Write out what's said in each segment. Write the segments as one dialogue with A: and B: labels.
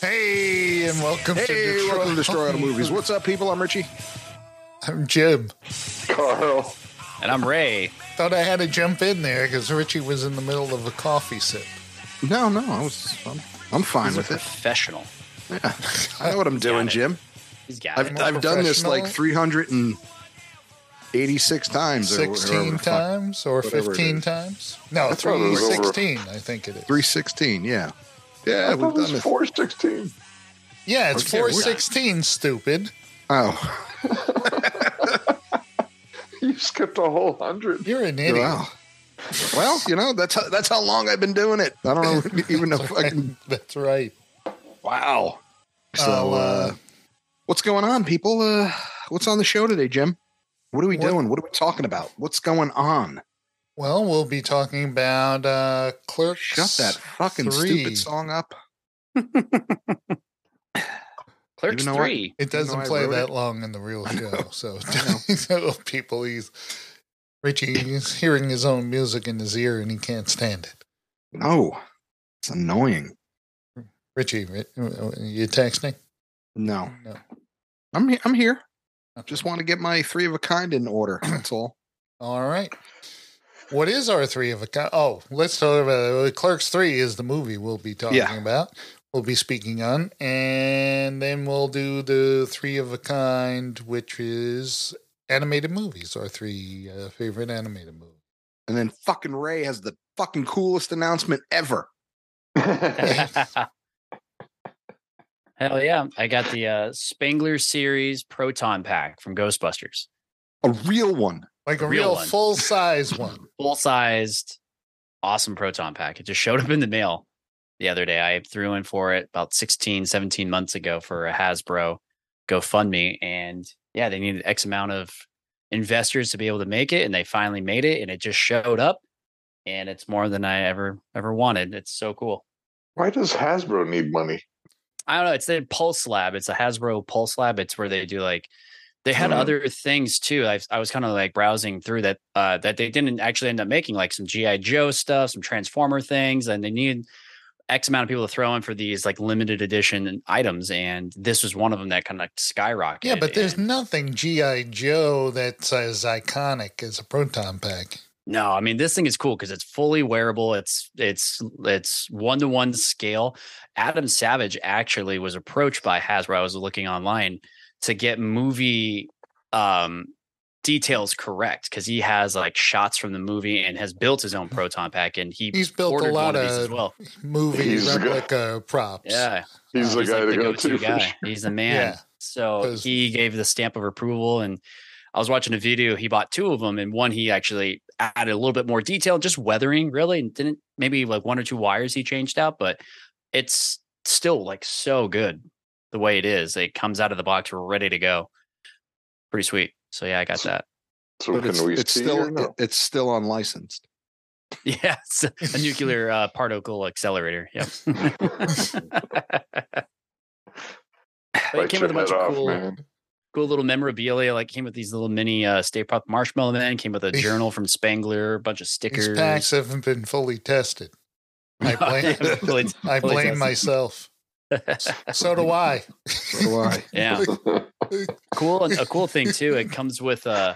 A: Hey, and welcome to
B: Hey,
A: Detroit.
B: welcome to Destroy Auto Movies. What's up, people? I'm Richie.
A: I'm Jim.
B: Carl.
C: And I'm Ray.
A: Thought I had to jump in there because Richie was in the middle of a coffee sip.
B: No, no, I was. I'm, I'm fine
C: He's
B: with
C: a
B: it.
C: professional.
B: I know what I'm doing,
C: it.
B: Jim.
C: He's got
B: I've
C: it.
B: I've done this
A: professional.
B: like 386 times. or
A: Sixteen
B: whatever.
A: times or
B: whatever it
A: fifteen
B: is.
A: times? No,
B: That's what it
A: three
B: was over.
A: sixteen. I think it is.
B: 316. Yeah. Yeah,
D: I
B: we've
D: thought it
B: done
D: was
B: this.
D: four sixteen.
A: Yeah, it's
B: Okay,
A: four
B: we're-
A: sixteen. Stupid.
B: Oh,
D: You skipped a whole hundred.
A: You're an idiot.
B: wow. Well, you know that's how, that's how long I've been doing it. I don't know even if I can.
A: That's right.
B: Wow.
A: Oh,
B: So,
A: uh,
B: uh, what's going on, people? Uh, what's on the show today, Jim? What are we
A: What-
B: doing? What are we talking about? What's going on?
A: Well, we'll be talking about uh, clerks.
B: Shut that fucking
A: three.
B: stupid song up.
C: Clerks
B: you know what?
C: 3.
A: It
B: know
A: doesn't
B: I
A: play
B: wrote
A: that
B: it.
A: long in the real
B: I
A: show,
B: know.
A: so
B: I know.
A: so people he's Richie is hearing his own music in his ear and he can't stand it.
B: No, it's annoying.
A: Richie, Ri- you texting?
B: No,
A: No.
B: I'm he- I'm here. Just want to get my three of a kind in order. That's all.
A: All right. What is our three of a kind? Oh, let's talk about it. Clerks Three is the movie we'll be talking
B: Yeah.
A: about. We'll be speaking on, and then we'll do the three of a kind, which is animated movies. Our three uh, favorite animated movies.
B: And then fucking Ray has the fucking coolest announcement ever.
C: Hell yeah. I got the uh, Spangler series proton pack from Ghostbusters.
B: A real one.
A: Like a
C: Real
A: real
C: one.
A: full size one.
C: Full sized, awesome proton pack. It just showed up in the mail the other day. I threw in for it about 16, 17 months ago for a Hasbro GoFundMe. And yeah, they needed X amount of investors to be able to make it. And they finally made it and it just showed up. And it's more than I ever, ever wanted. It's so cool.
D: Why does Hasbro need money?
C: I don't know. It's the Pulse Lab. It's a Hasbro Pulse Lab. It's where they do like they had
A: Mm-hmm.
D: Mhm.
C: other things too. I I was kind of like browsing through that uh that they didn't actually end up making like some GI Joe stuff, some Transformer things, and they needed X amount of people to throw in for these like limited edition items, and this was one of them that kind of skyrocketed.
A: Yeah, but there's
C: and-
A: nothing GI Joe that's as iconic as a proton pack.
C: No, I mean this thing is cool because it's fully wearable. It's it's it's one to one scale. Adam Savage actually was approached by Hasbro. I was looking online to get movie um details correct because he has like shots from the movie and has built his own proton pack and he
A: He's built
C: ordered
A: a lot
C: one of these as
A: of
C: well.
A: movie
D: He's got-
A: replica props.
C: Yeah,
D: He's the guy
C: Uh, like
D: to go to.
C: go-to
D: for
C: guy.
D: sure.
C: He's the man.
A: Yeah,
C: So
A: 'cause-
C: he gave the stamp of approval, and I was watching a video. He bought two of them, and one he actually added a little bit more detail, just weathering really, and didn't maybe like one or two wires he changed out, but it's still like so good the way it is. It comes out of the box ready to go, pretty sweet. So yeah, I got that.
D: So
B: but
D: can
B: it's,
D: we
B: it's
D: see
B: still
D: or no?
B: it- it's still unlicensed.
C: Yeah, it's a nuclear uh, particle accelerator. Yep. but it
D: Bite
C: came
D: your
C: with a bunch
D: head
C: of
D: off,
C: cool
D: man.
C: cool little memorabilia. Like came with these little mini uh, Stay Puft Marshmallow Man. Came with a journal from Spangler, a bunch of
A: these
C: stickers.
A: packs haven't been fully tested. I blame,
C: Yeah, really-
A: I
C: fully
A: blame
C: tested.
A: myself. So do I.
B: So do I.
C: yeah, cool. And a cool thing too. It comes with uh,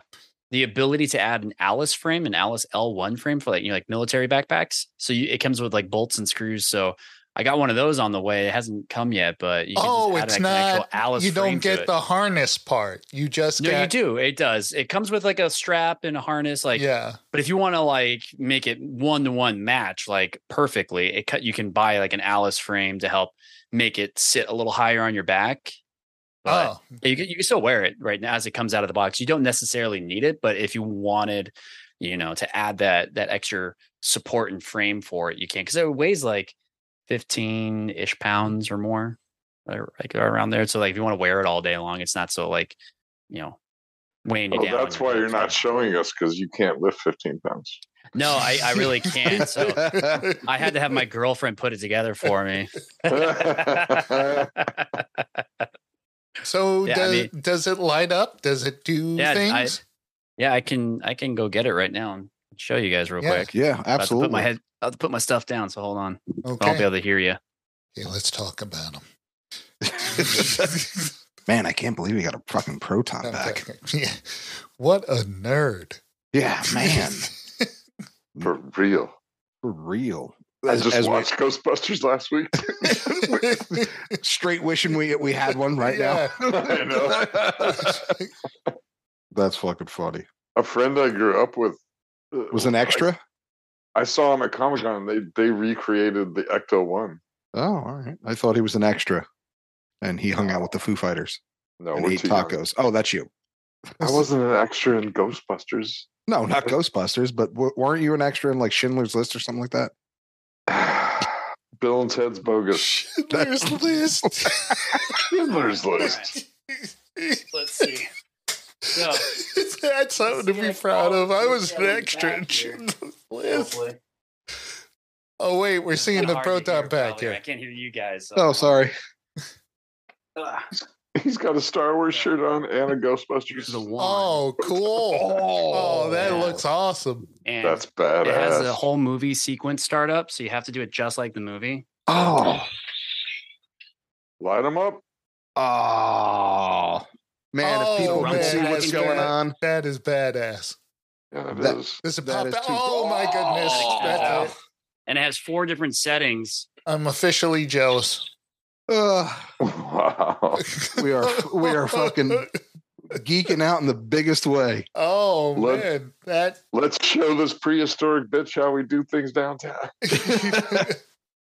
C: the ability to add an Alice frame, an Alice L1 frame for like you know like military backpacks. So you, it comes with like bolts and screws. So. I got one of those on the way. It hasn't come yet, but you can just
A: Oh,
C: add,
A: it's
C: like, an actual
A: not-
C: Alice
A: you
C: frame
A: don't
C: to
A: get
C: it.
A: the harness part. You just
C: No,
A: get
C: you do. It does. It comes with like a strap and a harness. Like
A: yeah.
C: But if you want to like make it one to one match like perfectly, it cut you can buy like an Alice frame to help make it sit a little higher on your back. But
A: Oh,
C: yeah, you can, you can still wear it right now as it comes out of the box. You don't necessarily need it, but if you wanted, you know, to add that that extra support and frame for it, you can because it weighs like fifteen ish pounds or more, or like around there. So like if you want to wear it all day long, it's not so like you know weighing you
D: Oh,
C: down. on
D: that's
C: your
D: why you're
C: hips,
D: not
C: so.
D: showing us because you can't lift 15 pounds.
C: No, I, I really can't. So I had to have my girlfriend put it together for me.
A: so
C: Yeah, I
A: does, does it light up? Does it do
C: Yeah, I-
A: things?
C: yeah, I can I can go get it right now and show you guys real
A: Yeah,
C: quick.
B: yeah,
C: About to
B: absolutely.
C: put my head. I'll have to put my stuff down. So hold on. I
A: okay.
C: won't be able to hear you.
A: okay, let's talk about them.
B: Man, I can't believe he got a fucking proton
A: Not
B: pack.
A: that- yeah. What a nerd.
C: Ah,
B: Yeah, man,
D: For real.
B: for real.
D: I
B: As-
D: just
B: as we-
D: watched Ghostbusters last week.
B: Straight wishing we we had one right now.
A: Yeah.
D: I know.
B: That's fucking funny.
D: A friend I grew up with uh,
B: Was an extra?
D: I saw him at Comic Con. They they recreated the Ecto One.
B: Oh, all right. I thought he was an extra, and he hung out with the Foo Fighters
D: No,
B: and
D: we're
B: ate
D: too young.
B: tacos. Oh, that's you.
D: I wasn't an extra in Ghostbusters.
B: No, not Ghostbusters, but w- weren't you an extra in like Schindler's List or something like that?
D: Bill and Ted's bogus.
A: Schindler's List.
D: Schindler's List.
C: Let's see. So,
A: That's something to be proud of. I was an extra in Schindler's List. Oh wait, we're seeing the proton pack
C: I
A: here.
C: can't hear you guys. so-
B: Oh, sorry.
C: Ugh.
D: He's got a Star Wars shirt on and a Ghostbusters.
C: Here's the one.
A: Oh, cool. Oh, that
C: yeah.
A: looks awesome.
C: and
D: That's
C: it has a
D: badass.
C: whole movie sequence startup, so you have to do it just like the movie.
B: Oh,
D: Light him up.
B: oh, man! if people
A: Oh,
B: could see
A: man,
B: what's
A: that's
B: going
A: bad.
B: on,
A: That is badass.
D: Yeah, it
B: That-
D: is.
A: This is
B: That
A: pop
B: is
A: out.
B: too-
A: Oh my goodness.
C: Oh.
A: That's it.
C: And it has four different settings.
A: I'm officially jealous.
B: Ugh,
D: Oh. Wow.
B: we are we are fucking geeking out in the biggest way.
A: Oh
D: Let-
A: man, that
D: Let's show this prehistoric bitch how we do things downtown.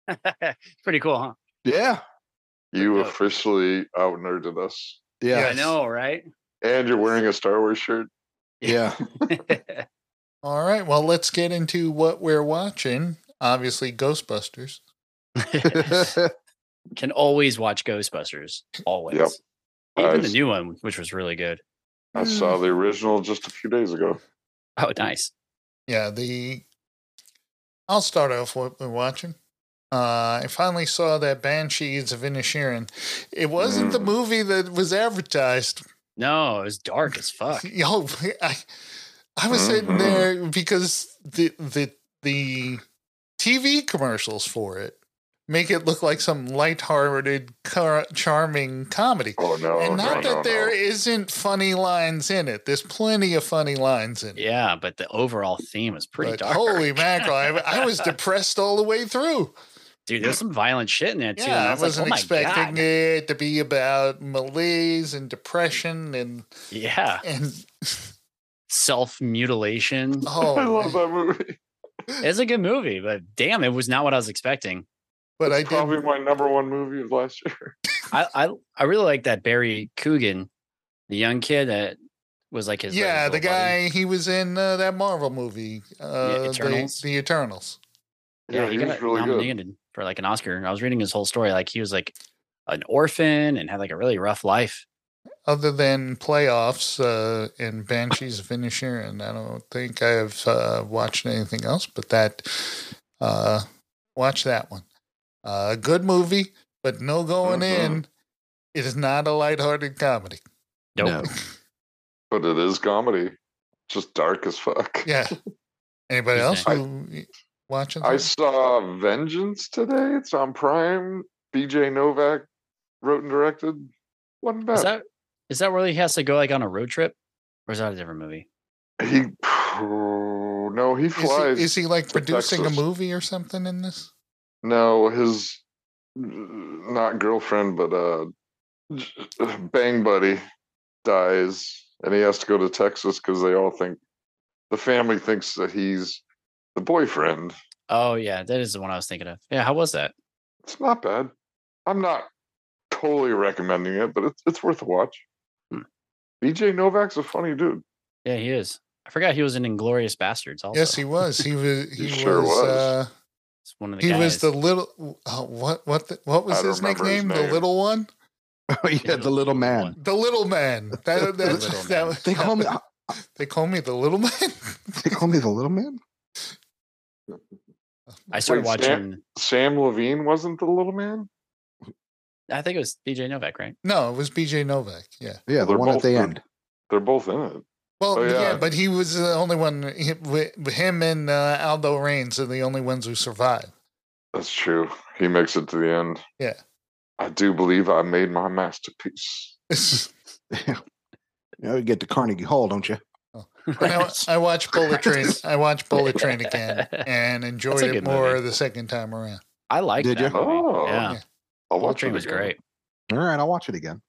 C: It's pretty cool, huh?
B: Yeah,
D: You
C: Yeah.
D: officially out nerded us.
B: yeah,
A: Yes.
C: I know, right?
D: And you're wearing a Star Wars shirt.
B: yeah.
A: All right, well, let's get into what we're watching. Obviously, Ghostbusters.
C: Can always watch Ghostbusters. Always.
D: Yep.
C: Even
D: I-
C: the new one, which was really good.
D: I
A: Mm.
D: saw the original just a few days ago.
C: Oh, nice.
A: Yeah, the. I'll start off what we're watching. Uh, I finally saw that Banshees of Inisherin. It wasn't the
D: Mm.
A: movie that was advertised.
C: No, it was dark as
D: Ah.
C: fuck.
A: Yo, I, I was sitting
D: Mhm.
A: there because the the the TV commercials for it make it look like some lighthearted, car- charming comedy.
D: Oh no!
A: and not
D: no,
A: that
D: no,
A: there
D: no.
A: not funny lines in it. There's plenty of funny lines in it.
C: Yeah, but the overall theme was pretty
A: But
C: dark.
A: holy mackerel! I, I was depressed all the way through.
C: Dude, there's some violent shit in there too. and
A: Yeah, I,
C: was like,
A: wasn't
C: "Oh my
A: expecting
C: God."
A: it to be about malaise and depression and
C: Yeah,
A: and
C: self mutilation.
A: oh,
D: I love that movie.
C: It's a good movie, but damn, it was not what I was expecting.
A: but I did.
D: Probably my number one movie of last year.
C: I I, I really like that Barry Coogan, the young kid that was like his. like,
A: yeah, the
C: little
A: guy
C: buddy.
A: he was in uh, that Marvel movie, uh, the-
C: Eternals?
A: The, Eternals.
D: Yeah, he, was really good.
C: nominated for like an Oscar. And I was reading his whole story. Like he was like an orphan and had like a really rough life.
A: Other than playoffs uh, and Banshees of Inisherin, I don't think I've uh, watched anything else. But that, uh, watch that one. Uh, good movie, but no going
D: Mhm.
A: in. It is not a lighthearted comedy.
C: Nope.
D: But it is comedy, just dark as fuck.
A: Yeah. Anybody
C: Who's
A: else
D: that?
A: who watching?
D: I
A: something?
D: saw Vengeance today. It's on Prime. BJ Novak wrote and directed. Wasn't
C: Is
D: bad.
C: that is that where he has to go like on a road trip, or is that a different movie?
D: He no, he
A: is,
D: flies.
A: he, is he like
D: to
A: producing
D: Texas.
A: a movie or something in this?
D: No, his not girlfriend, but uh, bang buddy dies, and he has to go to Texas because they all think the family thinks that he's the boyfriend.
C: Oh yeah, that is the one I was thinking of. Yeah, how was that?
D: It's not bad. I'm not totally recommending it, but it's it's worth a watch.
C: Hmm.
D: BJ Novak's a funny dude.
C: Yeah, he is. I forgot he was in Inglorious Bastards. Also,
A: Yes, he was. He was. He,
D: Oh, He sure
A: was.
D: was.
A: Uh,
C: It's one of the
A: he
C: guys.
A: was the little uh, what what the, what was
D: I don't
A: his
D: remember his
A: nickname?
D: name.
A: The little one,
B: Oh, yeah, the little man.
A: the little man. That,
C: The
A: that,
C: little
A: that,
C: man.
A: was-
B: They call me.
A: they call me the little man.
B: They call me the little man.
C: I started
D: Wait, Sam-
C: watching.
D: Sam Levine wasn't the little man.
C: I think it was BJ Novak, right?
A: no, it was B.J. Novak. Yeah.
B: Yeah, the
D: They're
B: one at
D: both
B: the
D: good.
B: end.
D: They're both in it.
A: Well,
D: Oh,
A: yeah.
D: yeah.
A: but he was the only one. hi- wi- Him and uh, Aldo Rains are the only ones who survived.
D: That's true. He makes it to the end.
A: Yeah.
D: I do believe I made my masterpiece.
B: Yeah. You know, you get to Carnegie Hall, don't you?
A: I, I watched Bullet Train.
C: Practice.
A: I watched Bullet Train again and enjoyed
C: That's a
A: it
C: good
A: more
C: movie.
A: the second time around.
C: I liked
B: Did
C: that
B: ya?
C: movie.
D: Oh,
C: yeah,
A: yeah.
D: I'll
C: Bullet
D: watch
C: Train
D: it
C: was
D: again.
C: great.
B: All right, I'll watch it again.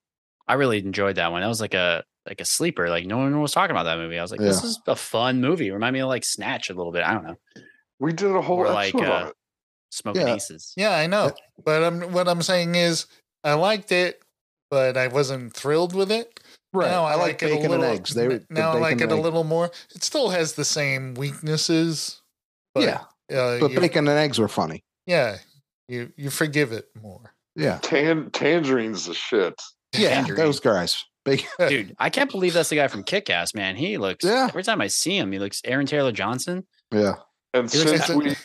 C: I really enjoyed that one. That was like a like a sleeper. Like no one was talking about that movie. I was like, this
B: Yeah.
C: is a fun movie. Remind me of like Snatch a little bit. I don't know.
D: We did a whole
C: Or like,
D: episode on
C: uh,
D: it.
C: Smoking
B: Yeah.
C: Aces.
A: Yeah, I know. But I'm, what I'm saying is, I liked it, but I wasn't thrilled with it. Now I, like, it a
B: bacon
A: little.
B: and eggs. They were the
A: now I
B: bacon
A: like it
B: and
A: a
B: egg-
A: little more. It still has the same weaknesses. But,
B: yeah,
A: uh,
B: but
A: you-
B: bacon and eggs are funny.
A: yeah, you you forgive it more.
B: Yeah,
D: Tan- tangerine's the shit.
B: yeah,
C: Tangerine.
B: those guys. Bacon.
C: Dude, I can't believe that's the guy from Kick Ass, man. He looks
B: Yeah.
C: every time I see him, he looks Aaron Taylor Johnson.
B: Yeah,
D: And
C: He looks
D: since
A: like-
D: we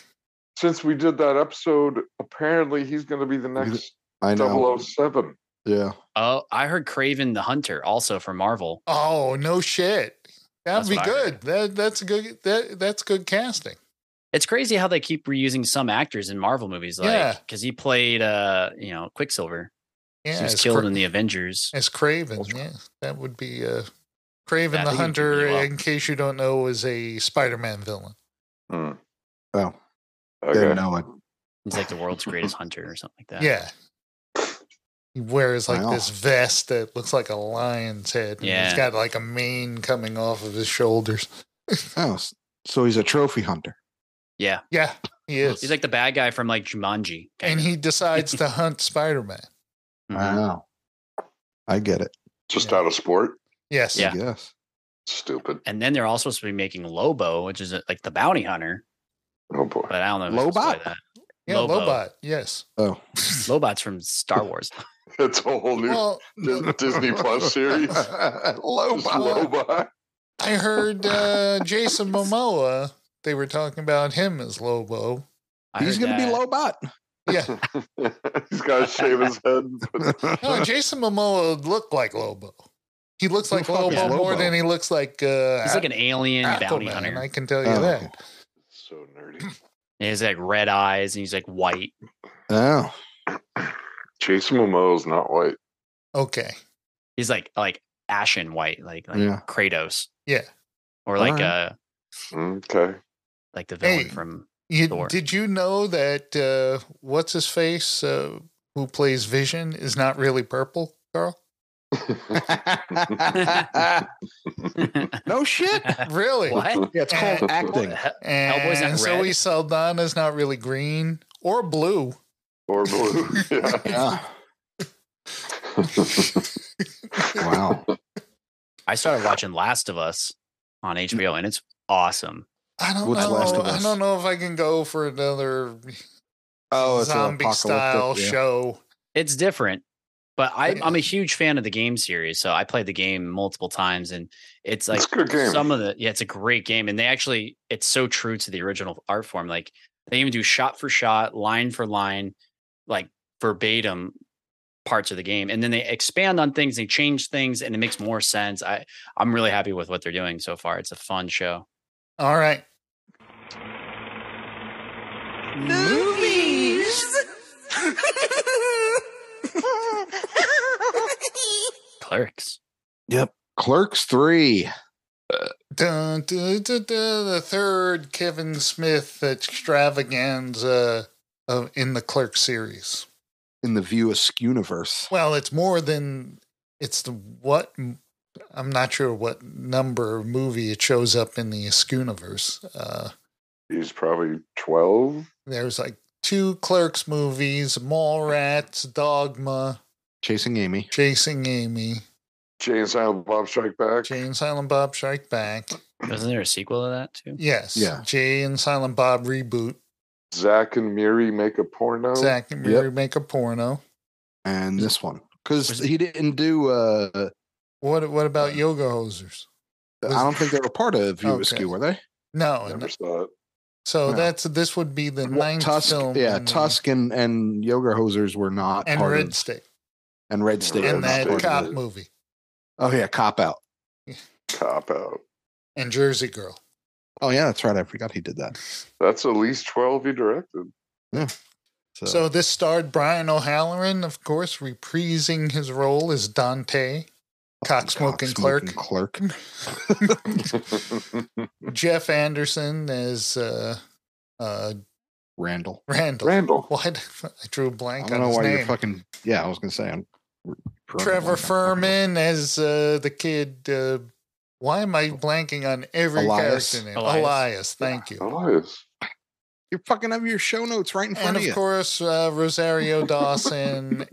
D: since we did that episode, apparently he's going to be the next
B: I know.
D: 007.
B: Yeah,
C: Oh, I heard Craven the Hunter also from Marvel.
A: Oh no shit. That'd
C: That's
A: be
C: what I
A: good.
C: heard.
A: That that's good. That that's good casting.
C: It's crazy how they keep reusing some actors in Marvel movies,
A: Yeah.
C: like because he played uh, you know, Quicksilver.
A: Yeah,
C: he was
A: as
C: killed
A: Cra-
C: in the Avengers.
A: as Craven. Yeah, that would be uh, Craven
C: Yeah, I
A: the
C: think he would do
A: Hunter.
C: really well.
A: In case you don't know, was a Spider-Man villain.
D: Hmm.
B: Oh,
D: Okay.
B: didn't know it.
C: He's like the world's greatest hunter or something like that.
A: Yeah. He wears like
B: Wow.
A: this vest that looks like a lion's head. and
C: Yeah.
A: He's got like a mane coming off of his shoulders.
B: Oh, s- so he's a trophy hunter.
C: Yeah.
A: Yeah, he is.
C: He's like the bad guy from like Jumanji. kind
A: and
C: of.
A: he decides to hunt Spider-Man.
C: Mhm.
B: Wow, I get it.
D: Just
A: Yeah.
D: out of sport.
A: Yes.
C: Yeah.
B: I guess.
D: Stupid.
C: And then they're also supposed to be making Lobo, which is uh, like the bounty hunter.
D: Oh boy.
C: But I don't know. if it's supposed to
B: Lobot?
A: Yeah,
C: Lobo.
A: Lobot. Yes.
B: Oh,
C: be that. Lobot's from Star Wars.
D: That's a whole new
A: Well, Oh,
D: Dis- Disney Plus series.
B: Lobo.
D: Lobot.
A: I heard uh, Jason Momoa. They were talking about him as Lobo.
C: I
B: He's
C: heard
B: going to be
C: that.
B: Lobot.
A: Yeah.
D: He's got to shave his head.
A: No, Jason Momoa looked like Lobo. He looks
B: Who
A: like
B: the fuck
A: Lobo,
C: is
A: more
B: Lobo?
A: than he looks like uh,
C: He's like an alien bounty
A: Aquaman,
C: hunter.
A: I can tell you
B: Oh,
A: that.
B: okay.
D: So nerdy.
C: And he's like red eyes and he's like white.
B: Oh,
D: Jason Momoa's not white.
A: Okay.
C: He's like like ashen white, like like
B: Yeah.
C: Kratos.
A: Yeah.
C: Or like
B: Alright.
C: uh
D: Okay.
C: like the villain
A: Hey.
C: from
A: You,
C: Thor.
A: did you know that uh, what's his face uh, who plays Vision is not really purple, Carl?
B: no shit.
A: Really?
C: What?
B: Yeah, it's
A: Eh,
B: called acting.
C: Hell-
A: And
C: Hellboy's not
A: Zoe
C: red?
A: Saldana's not really green or blue.
D: or blue. Yeah.
B: Yeah. Wow.
C: I started watching Last of Us on
B: Mm.
C: HBO and it's awesome.
A: I don't
B: What's
A: know.
B: Last of
A: I
B: Us?
A: don't know if I can go for another
B: Oh, it's
A: zombie
B: a
A: style show.
C: It's different, but I,
A: Yeah.
C: I'm a huge fan of the game series, so I played the game multiple times, and it's like
D: it's a good game.
C: some of the yeah, it's a great game, and they actually it's so true to the original art form. Like they even do shot for shot, line for line, like verbatim parts of the game, and then they expand on things, they change things, and it makes more sense. I I'm really happy with what they're doing so far. It's a fun show.
A: All right.
E: Movies.
C: Clerks.
B: Clerks three.
A: Dun, dun, dun, dun, the third Kevin Smith extravaganza of, in the Clerk series.
B: in the View Askew universe.
A: Well, it's more than it's the what I'm not sure what number movie it shows up in the Askewniverse. Uh
D: He's probably 12.
A: there's like two Clerks movies, Mallrats, Dogma,
B: Chasing Amy.
A: Chasing Amy,
D: Jay and Silent Bob Strike Back.
A: Jay and Silent Bob Strike Back.
C: Wasn't there a sequel to that too?
A: Yes.
B: Yeah.
A: Jay and Silent Bob reboot.
D: Zach and Miri make a porno.
A: Zach and Mary make a porno.
B: And this one. Because
C: Was-
B: he didn't do uh
A: What what about yoga hosers?
B: I don't think they were part of View
A: Okay.
B: Askew, were they?
A: No,
D: Never
A: no.
D: saw it.
A: so
B: No.
A: that's this would be the
B: Well,
A: ninth
B: Tusk,
A: film.
B: yeah,
A: in the-
B: Tusk and, and Yoga Hosers were not
A: and
B: part
A: Red
B: of
A: State
B: and Red State. were
D: Red
A: and
B: not
A: that
B: part of
A: cop
B: it.
A: movie
B: Oh yeah, cop out.
D: Cop out.
A: and Jersey Girl.
B: Oh yeah, that's right. I forgot he did that.
D: That's at least 12 he directed.
A: So. this starred Brian O'Halloran, of course, reprising his role as Dante, cock-smoking clerk.
B: clerk.
A: Jeff Anderson as uh, uh,
B: Randall.
A: Randall.
D: Randall.
A: Why did- I drew a
B: I
A: blank
B: don't
A: on
B: know
A: his
B: why
A: name.
B: you're fucking. Yeah, I was gonna say. I'm,
A: Trevor Furman as uh, the kid. Uh, why am I blanking on every
B: Elias?
A: character name?
C: Elias.
A: Elias, thank you.
D: Elias.
B: You're fucking up your show notes right in front
A: And
B: of you.
A: of course, uh, Rosario Dawson.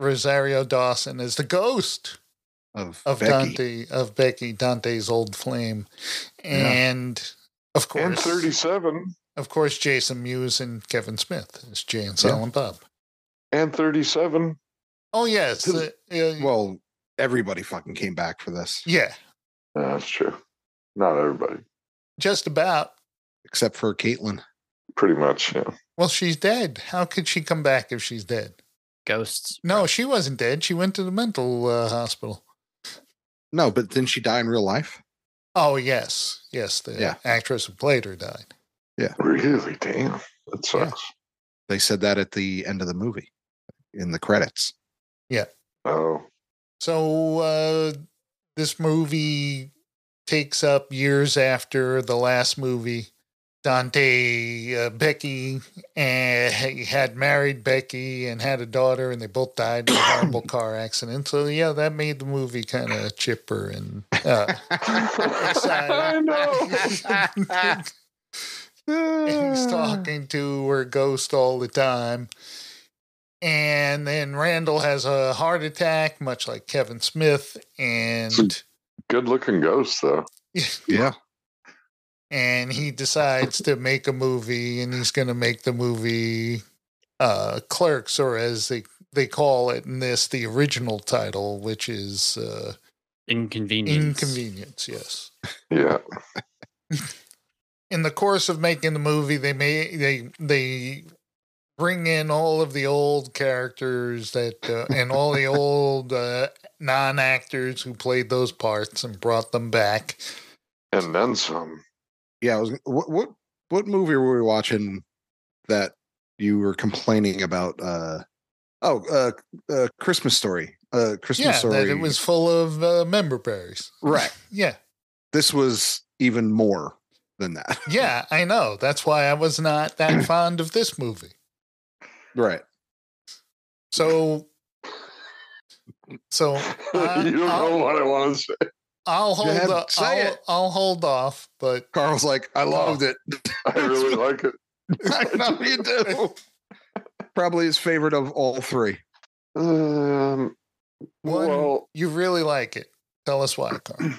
A: Rosario Dawson is the ghost.
B: of,
A: of
B: Becky.
A: Dante of Becky Dante's old flame, and of
D: And
A: course,
D: 37.
A: of course, Jason Mewes and Kevin Smith as Jay and
B: Yeah.
A: Silent Bob.
D: And 37.
A: Oh yes,
B: To
A: uh,
B: the-
A: uh,
B: Well, everybody fucking came back for this,
A: yeah,
D: Yeah, that's true. Not everybody.
A: just about.
B: except for Caitlin.
D: Pretty much. Yeah.
A: Well, she's dead. How could she come back if she's dead?
C: Ghosts.
A: No, she wasn't dead. She went to the mental uh, hospital.
B: No, but didn't she die in real life?
A: Oh yes, yes, the
B: Yeah.
A: actress who played her died.
D: Really? Damn. That sucks.
B: They said that at the end of the movie, in the credits.
D: Oh.
A: So uh, this movie takes up years after the last movie. Dante, uh, Becky, and he had married Becky and had a daughter, and they both died in a horrible car accident. So yeah, that made the movie kind of chipper and uh,
D: I know.
A: and he's talking to her ghost all the time. And then Randall has a heart attack, much like Kevin Smith, and
D: Good looking ghost, though.
B: Yeah,
A: and he decides to make a movie and he's going to make the movie uh clerks or as they they call it in this the original title which is uh
C: Inconvenience.
A: inconvenience yes
D: Yeah.
A: in the course of making the movie they may they they bring in all of the old characters that uh, and all the old uh, non-actors who played those parts and brought them back
D: And then some.
B: yeah. I was what what what movie were we watching that you were complaining about? Uh, oh, uh, uh, Christmas Story. Uh, Christmas
A: yeah
B: Story.
A: that it was full of uh, member berries
B: right.
A: yeah
B: This was even more than that.
A: Yeah, I know. That's why I was not that fond of this movie.
B: right.
A: So, so Uh,
D: you don't know
A: I'll-
D: what I want to say.
A: I'll hold
B: Deb,
A: o-
B: say
A: I'll,
B: it.
A: I'll hold off. But
B: Carl's like,
A: Oh.
B: I loved it.
D: I really like it.
B: I know you do. Probably his favorite of all three.
D: Um,
A: One-
D: well,
A: you really like it. Tell us why, Carl.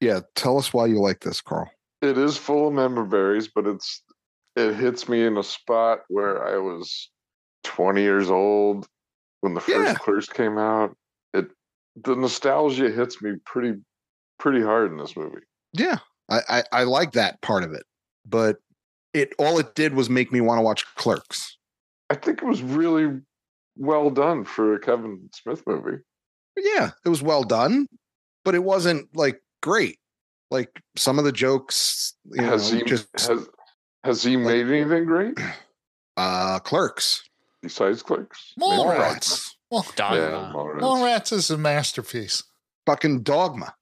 B: Yeah, tell us why you like this, Carl.
D: it is full of member berries, but it's it hits me in a spot where I was 20 years old when the first
B: Yeah.
D: Clerks came out. It the nostalgia hits me pretty pretty hard in this movie.
B: Yeah, I, I I like that part of it, but it all it did was make me want to watch Clerks.
D: I think it was really well done for a Kevin Smith movie.
B: But yeah, it was well done, but it wasn't like great. Like some of the jokes, you know,
D: has he
B: just
D: has has he
B: like-
D: made anything great
B: uh, Clerks,
D: besides Clerks? Maybe
A: Mallrats.
D: not.
B: Mallrats,
A: Well,
D: Yeah,
C: Dogma.
D: Mallrats.
A: Mallrats is a masterpiece.
B: fucking Dogma.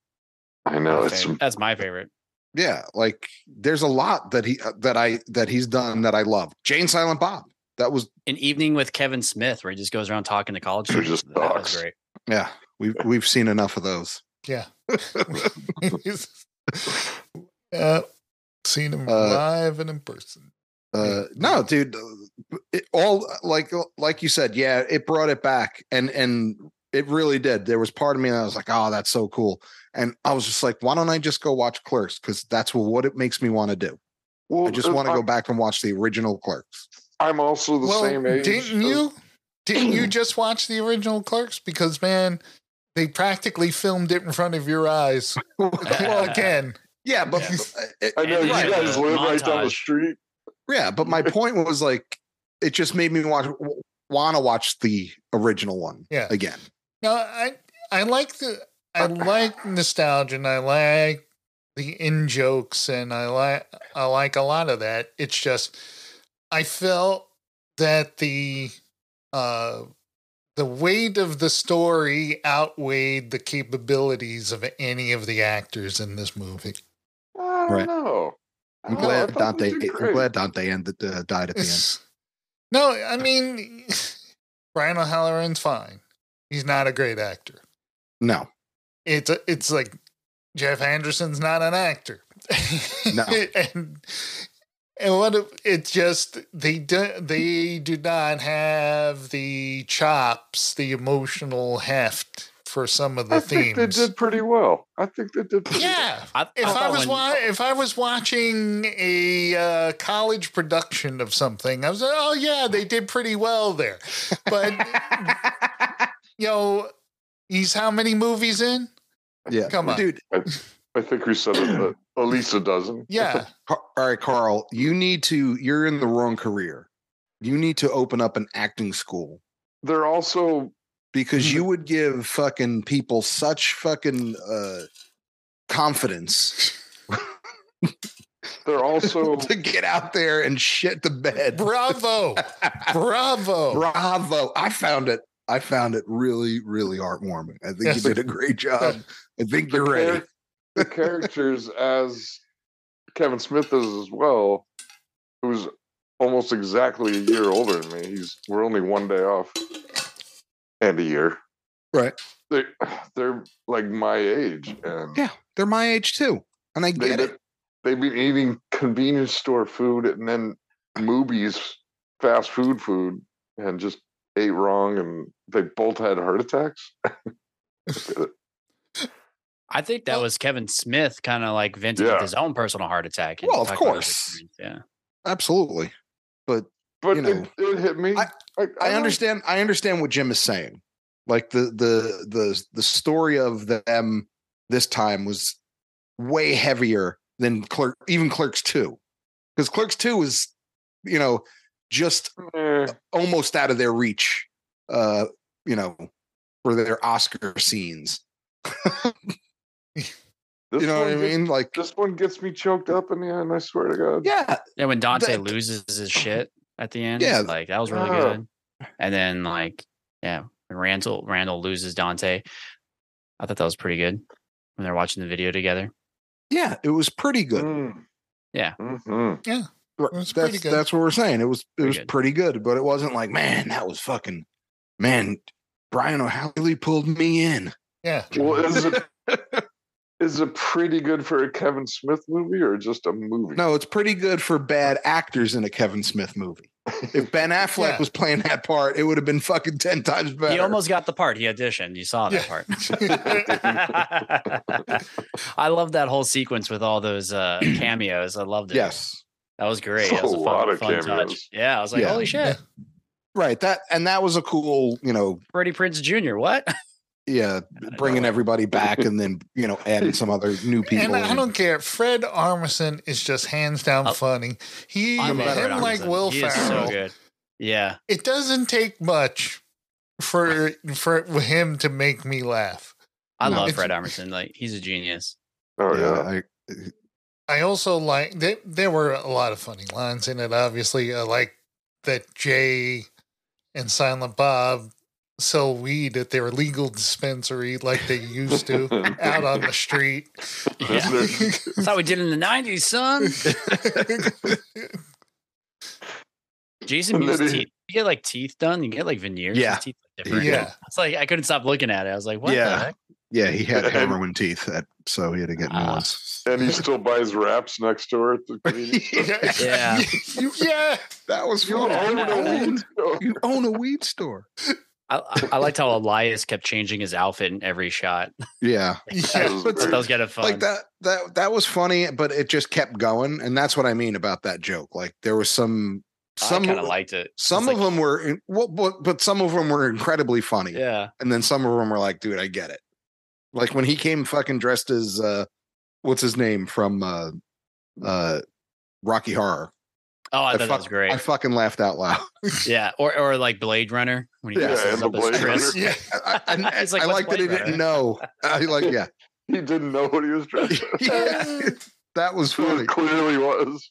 D: I
C: My
D: know it's
C: favorite. That's my favorite.
B: Yeah, like there's a lot that he uh, that I that he's done that I love. Jane Silent Bob. That was
C: An evening with Kevin Smith, where he just goes around talking to college
D: He
C: students.
D: just
C: that was
D: talks.
C: great.
B: yeah. We've we've seen enough of those.
A: Yeah. uh, seen him
B: Uh,
A: live and in person.
B: Uh, no, dude, uh, it all like uh, like you said, yeah, it brought it back, and and it really did. There was part of me that was like, oh, that's so cool, and I was just like, why don't I just go watch Clerks? Because that's what it makes me want to do.
D: well,
B: I just want to
D: I'm-
B: go back and watch the original Clerks.
D: I'm also the
A: well,
D: same age.
A: didn't
D: as-
A: you? Didn't you just watch the original Clerks? Because man, they practically filmed it in front of your eyes. Well, again,
B: yeah, but
A: Yeah.
B: it-
D: I know
C: And
D: you
C: right,
D: guys
C: the
D: live right down the
C: montage.
D: street.
B: eh, yeah, but my point was like, it just made me watch want to watch the original one
A: Yeah.
B: again.
A: no, I I like the I like nostalgia and I like the in jokes and I like I like a lot of that. It's just I felt that the uh, the weight of the story outweighed the capabilities of any of the actors in this movie.
D: I don't
B: Right.
D: know. I
B: I'm
D: don't know. I
B: glad
D: thought they
B: Dante.
D: did
B: I'm
D: great.
B: glad Dante ended, uh, died at the end.
A: It's- No, I mean, Brian O'Halloran's fine. He's not a great actor.
B: No,
A: It's it's like Jeff Anderson's not an actor.
B: No.
A: and and what if it's just they do they do not have the chops, the emotional heft for some of the
D: I
A: themes.
D: think they did pretty well. I think they did. Pretty
A: Yeah.
C: I, I
A: If I,
C: thought
A: was
C: when-
A: wa- if I was watching a uh, college production of something, I was like, oh yeah, they did pretty well there. But you know, he's how many movies in?
B: yeah,
A: Come on.
B: dude.
D: I think we said it, but at least a dozen.
A: Yeah,
B: Car- All right, Carl, you need to. You're in the wrong career. You need to open up an acting school
D: They're also
B: because you would give fucking people such fucking uh, confidence
D: they're also
B: to get out there and shit the bed.
A: bravo, bravo.
B: Bravo! I found it. I found it really, really heartwarming. I think
A: Yes.
B: you did a great job. I think you're ready.
D: char- the characters as Kevin Smith is as well, who's almost exactly a year older than me. He's we're only one day off and a year.
B: Right.
D: They they're like my age and
B: Yeah, they're my age too, and I
D: they,
B: get it.
D: they've been eating convenience store food and then movies, fast food food, and just ate wrong and they both had heart attacks.
C: I think that
A: Well-
C: was Kevin Smith kind of like vented
D: Yeah.
C: with his own personal heart attack. and
B: Well, of
C: talked about his
B: course.
C: experience, Yeah.
B: Absolutely.
D: But
B: You
D: it, it hit me.
B: I- I understand. I understand what Jim is saying. Like the the the the story of them this time was way heavier than clerk, even Clerks Two, because Clerks Two was, you know, just
D: Eh.
B: almost out of their reach. Uh, you know, for their Oscar scenes.
D: This
B: you know what
D: one
B: I
D: gets-
B: mean? Like,
D: This one gets me choked up in the end. I swear to God.
B: yeah,
C: Yeah, when Dante
B: That-
C: loses his shit at the end,
B: Yeah.
C: like that was really
D: Yeah.
C: good. And then like, yeah, when Randall Randall loses Dante, I thought that was pretty good when they're watching the video together.
B: yeah, it was pretty good.
D: Mm.
C: Yeah.
B: Right.
D: Mhm.
A: It was pretty
B: that's
A: good.
B: that's what we're saying. It was it
C: Pretty
B: was
C: good.
B: pretty good, but it wasn't like man, that was fucking man. Brian O'Haley pulled me in.
A: Yeah,
D: Well, is it is it pretty good for a Kevin Smith movie or just a movie?
B: No, it's pretty good for bad actors in a Kevin Smith movie. If Ben Affleck
A: Yeah.
B: was playing that part, it would have been fucking ten times better.
C: He almost got the part. He auditioned. You saw that
A: Yeah.
C: part. I love that whole sequence with all those uh, cameos. I loved it.
B: yes,
C: that was great. That was a, fun,
D: A lot of
C: fun touch.
D: cameos.
C: Yeah, I was like,
B: Yeah.
C: holy shit,
B: right. That and that was a cool, you know,
C: Freddie Prince Jr. What?
B: yeah, bringing everybody back and then you know adding some other new people.
A: and I
B: in.
A: don't care. Fred Armisen is just hands down
C: Oh.
A: funny. He
C: I
A: him
C: love Fred
A: like
C: Armisen.
A: Will
C: He is
A: Ferrell.
C: so good. Yeah,
A: it doesn't take much for for him to make me laugh.
C: I
B: No,
C: love
A: it's-
C: Fred Armisen. Like he's a genius.
D: Oh yeah.
B: yeah, I-
A: I also like there, there were a lot of funny lines in it. Obviously, I like that Jay and Silent Bob sell weed at their legal dispensary like they used to out on the street.
C: Yeah. That's how we did in the '90s, son. Jason
D: And
C: used
D: then
C: teeth.
D: he-
C: You get like teeth done. You get like veneers.
B: Yeah.
C: His teeth look different.
A: Yeah.
C: It's like I couldn't stop looking at it. I was like, what
B: Yeah.
C: the heck?
B: yeah, he had
D: And-
B: heroin teeth, that, so he had to get new
C: Ah.
B: ones.
D: and he still buys wraps next door at the convenience store. Oh,
C: Yeah.
A: yeah.
B: That was
D: You
B: fun.
D: own a weed store.
B: You own a weed store.
C: I, I, I liked how Elias kept changing his outfit in every shot.
B: Yeah.
A: Yeah.
D: was
B: But
C: That
D: great.
C: was kind of fun.
B: Like that that that was funny, but it just kept going. And that's what I mean about that joke. Like there was some
C: I
B: some
C: kind of liked it. It's
B: some
C: like,
B: of them were in- well, but, but some of them were incredibly funny.
C: Yeah.
B: And then some of them were like, dude, I get it. Like when he came fucking dressed as uh what's his name from uh uh Rocky Horror.
C: Oh, I
B: I
C: thought that
B: fuck-
C: was great.
B: I fucking laughed out loud.
C: yeah. Or or like Blade Runner when he
B: Yeah,
C: dresses
D: and
C: up
D: the
C: as
D: Blade
C: Chris.
A: Yeah.
B: I, I, I,
C: He's like,
B: I
C: "What's
B: like that he
C: Blade Runner?"
B: didn't know. I like, yeah.
D: He didn't know what he was dressing.
B: Yeah. that was
D: It
B: funny.
D: clearly was.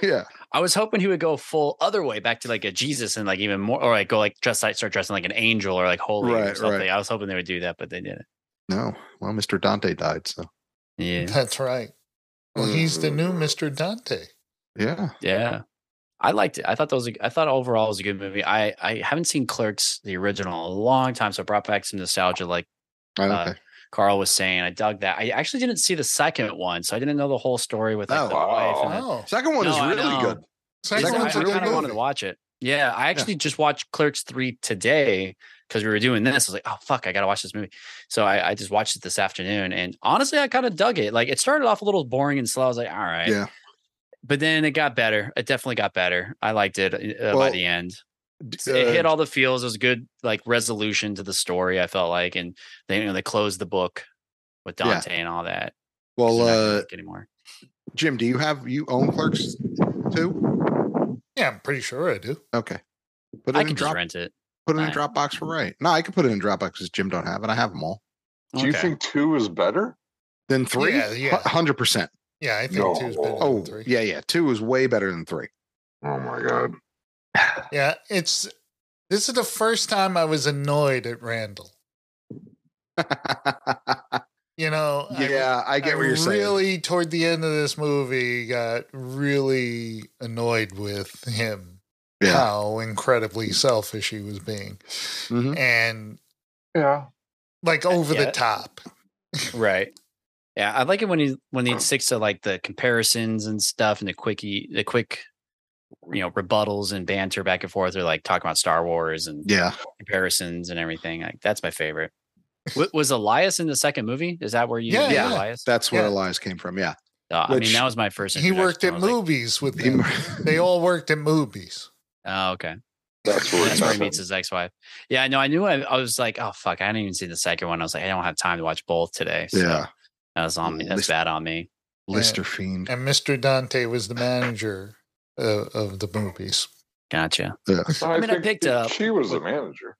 B: yeah.
C: I was hoping he would go full other way back to like a Jesus and like even more, or like go like dress like start dressing like an angel or like holy
B: Right,
C: or
B: right.
C: something. I was hoping they would do that, but they didn't.
B: No, well, Mr. Dante died, so
C: Yeah,
A: That's right. Well, he's the new
B: Mm-hmm.
D: Mm.
A: Mr. Dante.
B: yeah.
C: yeah. I liked it. I thought that was. A, I thought overall it was a good movie. I I haven't seen Clerks the original in a long time, so it brought back some nostalgia. Like
B: Okay.
C: Uh, Carl was saying, I dug that. I actually didn't see the second one, so I didn't know the whole story with like,
B: Oh,
C: the wife. And the-
A: Wow.
B: Second one
C: No,
B: is
C: I
B: really
C: know.
B: good.
A: Second
B: Second
C: I,
A: one's a
B: really
A: good
C: kind of wanted to
A: movie.
C: watch it. Yeah, I actually just watched Clerks three today because we were doing this. I was like, oh fuck, I gotta watch this movie. So I, I just watched it this afternoon, and honestly, I kind of dug it. Like it started off a little boring and slow. I was like, all right,
B: Yeah.
C: But then it got better. It definitely got better. I liked it uh, by
B: Well,
C: the end.
B: D-
C: it hit
B: uh,
C: all the feels. It was a good like resolution to the story. I felt like, and they you know they closed the book with
B: Yeah.
C: Dante and all that. 'cause
B: well,
C: they're not doing
B: uh,
C: it anymore.
B: Jim, do you have you own Clerks too?
A: Yeah, I'm pretty sure I do.
B: Okay, put it
C: I
B: in
C: can just
B: drop.
C: rent it.
B: Put it in
C: I-
B: Dropbox for right. No, I could put it in Dropbox because Jim don't have it. I have them all.
D: Do you think two is better?
B: Then three,
A: Yeah, yeah.
B: hundred percent.
A: Yeah, I think
D: No.
A: two's better
B: Oh,
A: than three.
B: yeah, yeah. Two is way better than three.
D: Oh my god.
A: Yeah, it's this is the first time I was annoyed at Randall. You know, I-
B: yeah, I, get what you're saying.
A: Really, toward the end of this movie, got really annoyed with him.
B: yeah,
A: How incredibly selfish he was being,
B: Mhm.
A: and
D: Yeah.
A: like over
C: yeah.
A: the top.
C: right yeah i like it when he when he sticks to like the comparisons and stuff and the quickie the quick you know rebuttals and banter back and forth or like talking about star wars and
B: yeah.
C: comparisons and everything like that's my favorite Wa- was elias in the second movie is that where you
A: Yeah,
C: met
B: yeah.
C: elias
B: That's where
A: Yeah.
B: Elias came from. Yeah,
C: Uh, i mean
B: which-
C: that was my first
A: He worked at
C: introduction. I was like,
A: movies with
B: He-
A: them. they all worked at movies.
C: oh okay
D: That's where,
C: that's where he
D: happened.
C: meets his ex-wife yeah no i knew I, I was like oh fuck i didn't even see the second one i was like i don't have time to watch both today so
B: yeah.
C: that was on me that's
B: List-
C: bad on me
B: Lister fiend.
A: And Mr. Dante was the manager uh, of the movies.
C: gotcha
D: I
C: mean, I
D: think
C: picked
D: he-
C: up-
D: She was the manager.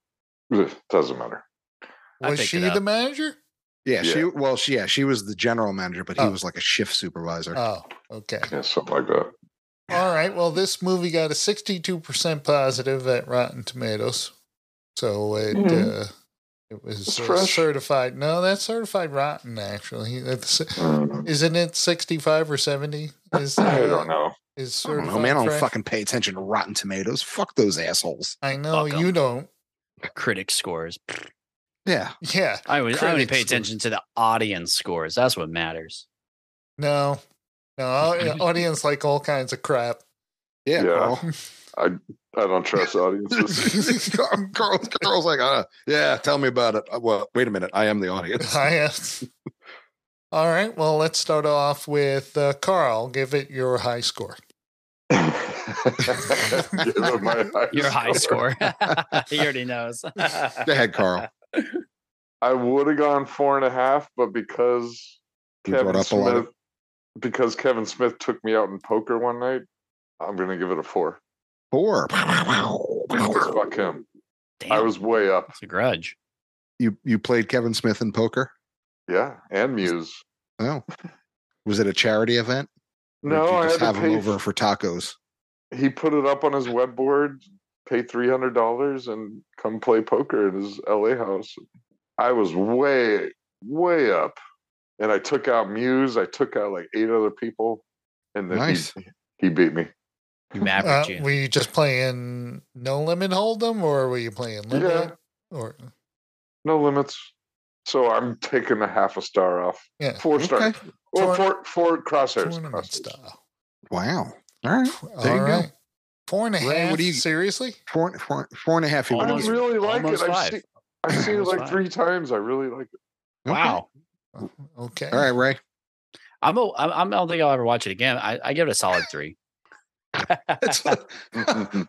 D: Ugh, Doesn't matter.
C: I
A: Was
C: picked
A: she
C: it up.
A: the manager?
B: Yeah, she
D: Yeah.
B: well, she yeah, she was the general manager, but he
A: Oh.
B: was like a shift supervisor.
A: Oh, okay.
D: Yeah, something like that.
A: All right. Well, this movie got a 62% positive at Rotten Tomatoes. So it
B: Mm-hmm.
A: uh,
D: Mhm.
A: it was
D: It's
A: uh,
D: fresh.
A: certified. No, that's certified rotten, actually. That's,
D: Mm.
A: isn't it 65 or 70? Is,
D: I
A: uh,
D: don't know.
A: Is
B: I don't
A: certified
B: know, man. I don't
A: fresh?
B: fucking pay attention to Rotten Tomatoes. Fuck those assholes.
A: I know
C: Fuck 'em.
A: you don't.
C: critic scores
B: Yeah,
A: Yeah.
C: I would I only
A: Critic
C: pay
A: scores.
C: attention to the audience scores. That's what matters.
A: No. No. au- Audience like all kinds of crap.
B: yeah.
D: Yeah.
B: Carl.
D: I don't trust audiences.
B: Carl- Carl's, Carl's like, uh, yeah, tell me about it. Uh, Well, wait a minute. I am the audience.
A: I am. All right. Well, let's start off with uh, Carl. Give it your high score.
D: Give him my high
C: Your high score. he already knows.
B: Go ahead, Carl.
D: I would have gone four and a half, but because
B: You brought
D: Kevin
B: up a lot
D: Smith
B: of.
D: because Kevin Smith took me out in poker one night, I'm gonna give it a four.
B: Four.
D: Because Fuck him.
C: Damn,
D: I was way up.
C: it's a grudge.
B: You you played Kevin Smith in poker?
D: Yeah, and Muse.
B: Oh. Was it a charity event? Or did
D: No,
B: you
D: I had
B: just
D: to
B: have him
D: pay.
B: over for tacos.
D: He put it up on his web board, pay three hundred dollars, and come play poker at his LA house. I was way, way up, and I took out Muse. I took out like eight other people, and then
B: Nice.
D: he, he beat me.
C: You maverick
A: Uh,
C: you.
A: were you just playing No Limit Hold'em, or were you playing Limit? Or
D: No limits. So I'm taking a half a star off.
A: yeah,
D: Four star.
B: Okay.
A: Tour-
D: Or four, four crosshairs.
A: tournament
D: crosshairs.
A: style.
B: Wow. All right. There
A: All
B: you go.
A: right. Four and a half.
B: Ray, what do you-
A: Seriously?
B: Four, four, four and a half. you
D: I
B: would've
C: Almost-
B: given.
D: really like it.
C: almost
D: I've
C: five.
D: seen, I've seen it
C: Almost
D: like
C: five.
D: three times. I really like it.
B: Okay.
C: Wow.
A: Okay.
B: All right, Ray.
C: I'm a, I'm I'm- I don't think I'll ever watch it again. I, I give it a solid three.
B: It's-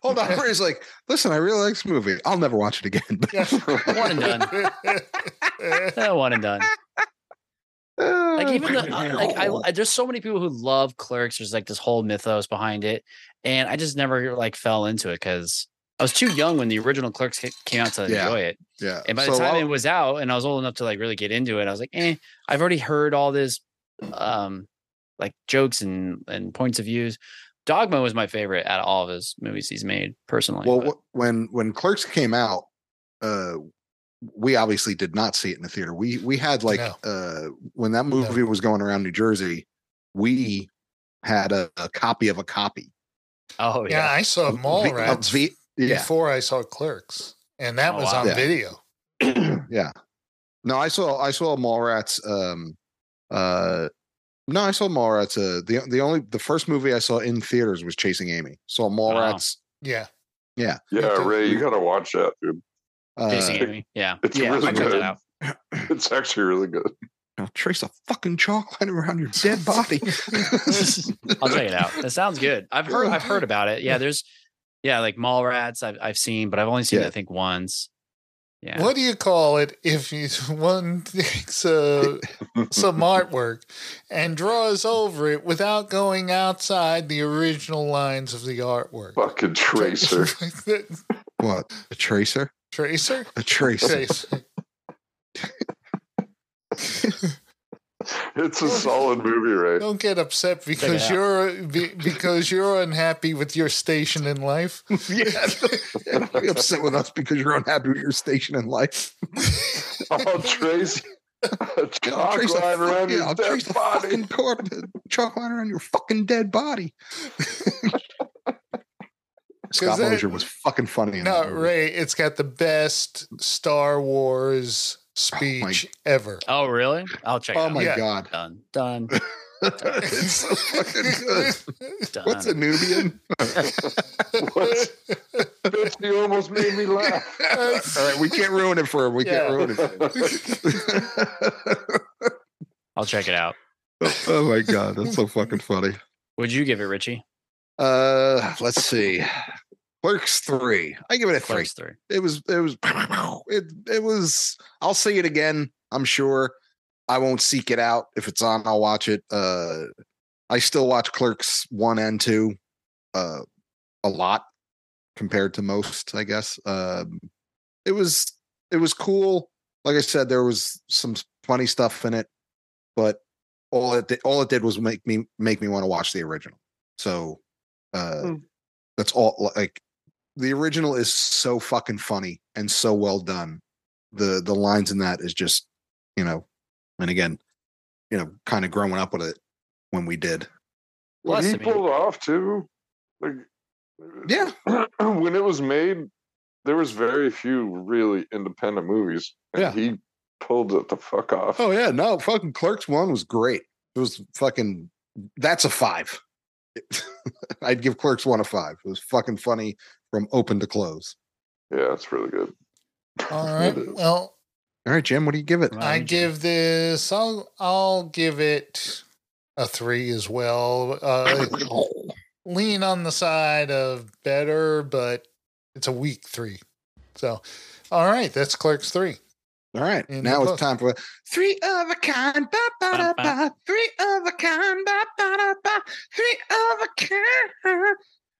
B: hold on. Ray's like, listen, I really like this movie. I'll never watch it again.
A: Yeah.
C: One and done. Eh, One and done. like even the, I- like I, I there's so many people who love clerks there's like this whole mythos behind it and i just never like fell into it because i was too young when the original clerks ca- came out to
B: Yeah.
C: enjoy it
B: yeah.
C: and by
B: So
C: the time
B: I'll-
C: it was out and i was old enough to like really get into it i was like eh, i've already heard all this um like jokes and and points of views Dogma was my favorite out of all of his movies he's made personally.
B: Well,
C: but-
B: wh- when when Clerks came out, uh, we obviously did not see it in the theater. We we had like
A: No.
B: uh, when that movie was going around New Jersey, we had a, a copy of a copy.
C: oh
A: Yeah,
C: yeah.
A: I saw
B: V-
A: Mallrats
B: a V- yeah,
A: before I saw Clerks, and that
C: Oh,
A: was
C: wow.
A: on
B: Yeah.
A: video.
B: yeah. No, I saw I saw Mallrats. Um, uh, no, I saw Mallrats. Uh, the the only the first movie I saw in theaters was Chasing Amy. Saw Mallrats.
A: Yeah,
D: Yeah,
A: Okay.
D: Ray, you gotta watch that, dude.
B: Uh,
C: Chasing Amy. Yeah.
D: It's
B: Yeah,
D: really
C: I'll check that
D: good.
C: out.
D: It's actually really good.
B: I'll trace a fucking chalk line around your dead body.
C: I'll check it out. That sounds good. I've heard I've heard about it. Yeah, there's yeah, like Mallrats I've I've seen, but I've only seen it,
B: Yeah.
C: I think once. Yeah.
A: What do you call it if you one takes a, some artwork and draws over it without going outside the original lines of the artwork?
D: Fucking tracer.
B: What? A tracer?
A: Tracer?
B: A tracer.
A: Tracer.
D: It's a solid movie, Ray.
A: Don't get upset because
C: out.
A: you're be, because you're unhappy with your station in life.
B: yeah. Don't be upset with us because you're unhappy with your station in life.
D: I'll trace a
B: I'll
D: chalk line around
B: yeah,
D: your
B: I'll
D: dead
B: trace a
D: body.
B: fucking corp- chalk line around your fucking dead body. Scott
A: that-
B: Mosier was fucking funny. In
A: No,
B: that movie.
A: Ray, it's got the best Star Wars
B: Oh my-
A: speech ever.
C: Oh really? I'll check it
B: Oh
C: out.
B: my
A: Yeah.
B: god,
C: Done. Done.
B: it's so fucking good.
C: Done.
B: What's a Nubian?
D: What? Bitch, you almost made me laugh.
B: All right, we can't ruin it for him. We
A: Yeah.
B: can't ruin it. For him.
C: I'll check it out.
B: oh my god, that's so fucking funny.
C: Would you give it, Richie?
B: Uh, let's see. Clerks three. I give it a three.
C: Clerks three.
B: It was. It was. It. It was. I'll see it again. I'm sure. I won't seek it out if it's on. I'll watch it. Uh, I still watch Clerks one and two, uh, a lot compared to most. I guess. Um, it was. It was cool. Like I said, there was some funny stuff in it, but all it did, all it did was make me make me want to watch the original. So uh,
D: Hmm.
B: that's all. Like the original is so fucking funny and so well done. The the lines in that is just, you know, and again, you know, kind of growing up with it when we did.
D: Well,
C: Plus,
D: he
C: I mean-
D: pulled off too. Like,
B: Yeah.
D: when it was made, there was very few really independent movies, and
B: Yeah.
D: he pulled it the fuck off.
B: Oh yeah, no, fucking Clerks one was great. It was fucking that's a five. I'd give Clerks one a five. It was fucking funny from open to close.
D: Yeah, it's really good.
A: All right. Well,
B: All right, Jim, what do you give it?
A: I give this. I'll I'll give it a three as well. Uh, lean on the side of better, but it's a weak three. So, all right, that's Clerks three.
B: All right.
A: And they're
B: now it's
A: both-
B: time for three of a kind. Ba, ba, da,
C: Ba, ba.
B: ba. Three of a kind. Ba, ba, da, ba. Three of a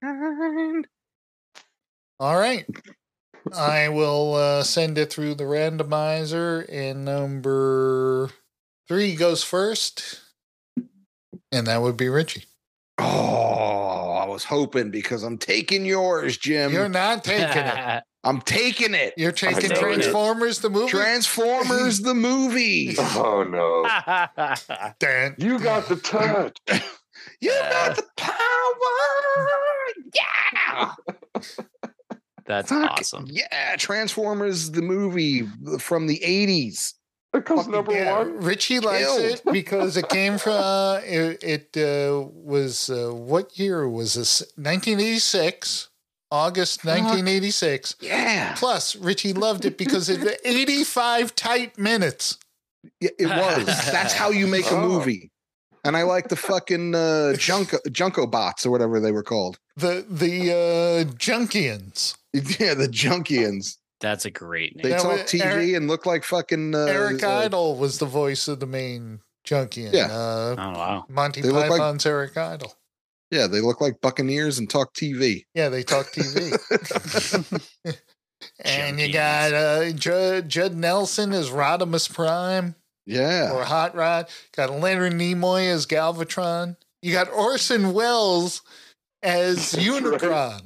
B: kind.
A: All right. I will uh, send it through the randomizer, and number three goes first, and that would be Richie.
B: Oh, I was hoping because I'm taking yours, Jim.
A: You're not taking it.
B: I'm taking Um, it.
A: You're taking
D: taking it.
A: Transformers the movie.
B: Transformers the movie.
D: Oh no,
C: Ah.
A: Dun.
D: you got the touch.
B: You got the power. Yeah.
C: That's
B: Fuck,
C: awesome.
B: Yeah. Transformers the movie from the 80s.
D: Because
B: Fucking
D: number
A: Yeah,
D: one,
A: Richie likes
B: Ew.
A: it because it came from uh, it. It uh, was uh, what year was this? 1986, August 1986.
B: Yeah.
A: Plus, Richie loved it because of the 85 tight minutes.
B: Yeah, it was. That's how you make a
D: Oh.
B: movie. And I like the fucking uh, Junko Junko bots or whatever they were called.
A: The the uh, Junkians.
B: Yeah, the Junkians.
C: That's a great
B: They
C: name.
A: Yeah,
B: talk
A: well,
B: TV
A: Eric-
B: and look like fucking uh,
A: Eric
B: uh,
A: Idle was the voice of the main Junkian.
B: Yeah.
A: Uh,
C: Oh wow.
A: Monty
B: They look like-
A: Python's Eric Idle.
B: yeah, they look like Buccaneers and talk TV.
A: Yeah, they talk TV. and you
C: Junkies.
A: got uh, Judd, Judd Nelson as Rodimus Prime
B: Yeah,
A: or Hot Rod. Got Leonard Nimoy as Galvatron. You got Orson Welles as
D: That's right.
A: Unicron.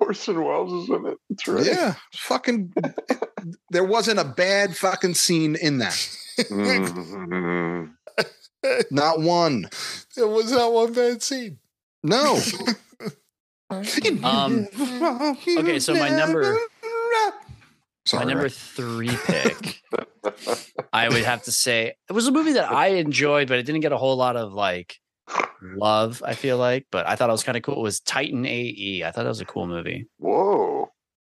D: Orson Welles is in it. That's right.
B: Yeah, fucking. there wasn't a bad fucking scene in that.
D: Mhm.
B: Not one.
A: It was not one bad scene.
B: No.
C: Um, okay, so my number-
B: Sorry,
C: My number
B: Rick.
C: three pick, I would have to say, it was a movie that I enjoyed, but it didn't get a whole lot of like love. I feel like, but I thought it was kind of cool. It was Titan A.E. I thought it was a cool movie.
D: Whoa.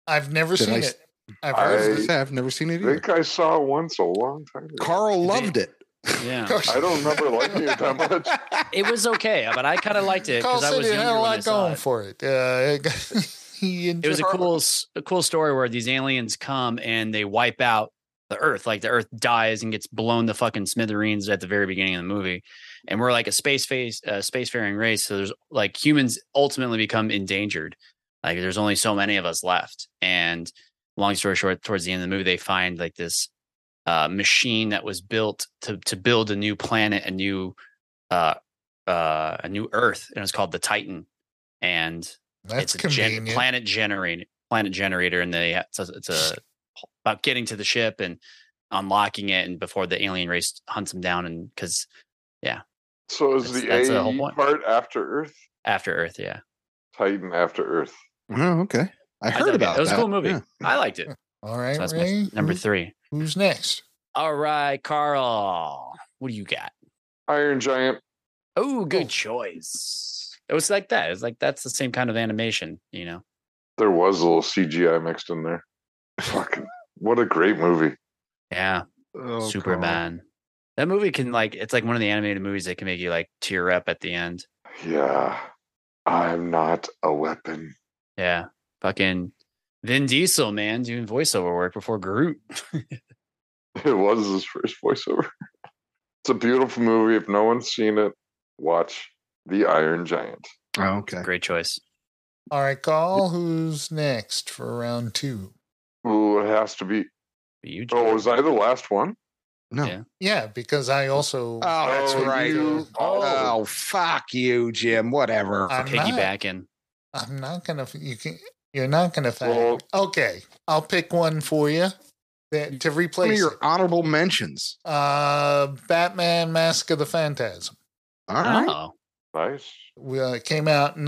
A: I've never
B: Did
A: seen
B: I s-
A: it. I've
D: I-
A: heard of
B: Yeah, I've never seen it
D: I
B: either.
D: think I saw once a long time ago.
B: Carl loved it.
C: Yeah,
A: it.
D: I don't remember liking it that much.
C: it was okay, but I kind of liked it
A: Carl
C: because I
A: said
C: was
A: it had
C: younger
A: a
C: when I
A: lot
C: saw
A: going
C: it.
A: for it. Uh, he
C: It was a
A: enjoyed-
C: cool, s- a cool story where these aliens come and they wipe out the Earth. Like the Earth dies and gets blown the fucking smithereens at the very beginning of the movie. And we're like a space face, uh, spacefaring race. So there's like humans ultimately become endangered. Like there's only so many of us left. And long story short, towards the end of the movie, they find like this uh, machine that was built to to build a new planet, a new uh, uh, a new Earth, and it's called the Titan. And
A: That's
C: it's a gen-
A: convenient.
C: planet generator planet generator and they it's a, it's a about getting to the ship and unlocking it and before the alien race hunts them down and because
D: So is
C: That's-
D: the
C: that's the whole
D: AE
C: point.
D: part after Earth?
C: after earth yeah
D: Titan after Earth.
B: Oh, okay. I
C: dug
B: heard
C: it.
B: about that.
C: it was a cool movie
B: Yeah.
C: i liked it
A: All
C: so
A: right,
C: that's my
A: Ray.
C: number
A: who-
C: three
A: Who's next?
C: all right carl what do you got
D: Iron Giant.
C: oh good
A: Oh.
C: choice it was like that it's like that's the same kind of animation you know
D: There was a little CGI mixed in there. Fucking what a great movie.
C: yeah
B: Oh,
C: superman that movie can like it's like one of the animated movies that can make you like tear up at the end
D: Yeah. I'm not a weapon.
C: Yeah. Fucking Vin Diesel, man, doing voiceover work before Groot.
D: It was his first voiceover. It's a beautiful movie. If no one's seen it, watch The Iron Giant.
B: Carl. Oh, okay.
C: Great choice.
A: All right, Carl. Who's next for round two?
D: Ooh, it has to be.
C: You
D: Oh,
C: Joe.
D: was I the last one?
B: No.
C: Yeah.
A: Yeah, because I also
B: Oh, that's
D: Oh,
B: right.
D: you-
B: oh, Uh, fuck you, Jim. Whatever.
A: I'm not.
C: piggybacking.
A: I'm not gonna. You can. You're not gonna find.
D: Well-
A: okay, I'll pick one for you that, to
B: Some of
A: replace.
B: your honorable mentions.
A: it. Uh, Batman: Mask of the Phantasm.
B: All right.
C: Oh.
D: Nice.
A: We, uh, it came out in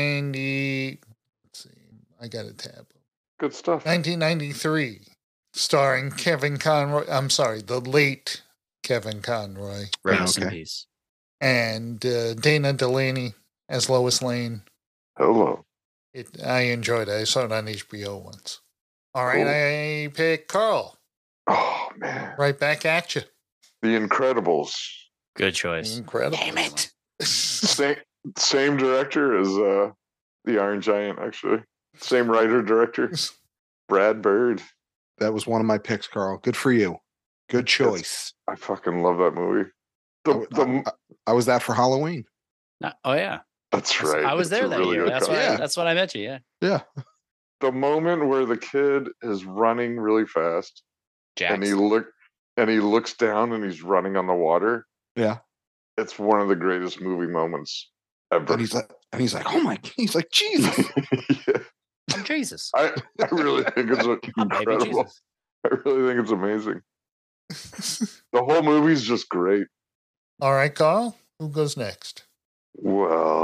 A: 1990. Let's see, I got a tab.
D: Good stuff.
A: 1993, starring Kevin Conroy. I'm sorry, the late Kevin Conroy
C: Rest in
B: okay.
C: peace.
A: and uh, Dana Delaney as Lois Lane.
D: Hello.
A: It, I enjoyed it. I saw it on HBO once. All right, I
D: Cool.
A: pick Carl.
D: Oh, man.
A: Right back at you.
D: The Incredibles.
C: Good
B: Mm.
C: choice.
A: Incredible.
C: Damn it.
D: same same director as uh the Iron Giant, actually. Same writer director, Brad Bird.
B: That was one of my picks, Carl. Good for you. Good choice.
D: I fucking love that movie.
B: I,
D: The, the,
B: I- I- I was that for Halloween.
C: No- oh yeah.
D: that's right.
C: I was
D: It's a
C: there that
D: really
C: year.
D: good
C: That's
D: cut.
C: why
B: Yeah.
C: that's when I met you. Yeah.
B: Yeah.
D: The moment where the kid is running really fast, and
C: Jax.
D: he look and he looks down and he's running on the water.
B: Yeah.
D: it's one of the greatest movie moments ever.
B: And he's like, and he's like, oh my, he's like, Jesus.
D: Yeah.
C: I'm Jesus.
D: I, I really think it's
C: I'm baby
D: incredible.
C: Jesus.
D: I really think it's amazing. The whole movie's just great.
A: All right, Carl. Who goes next?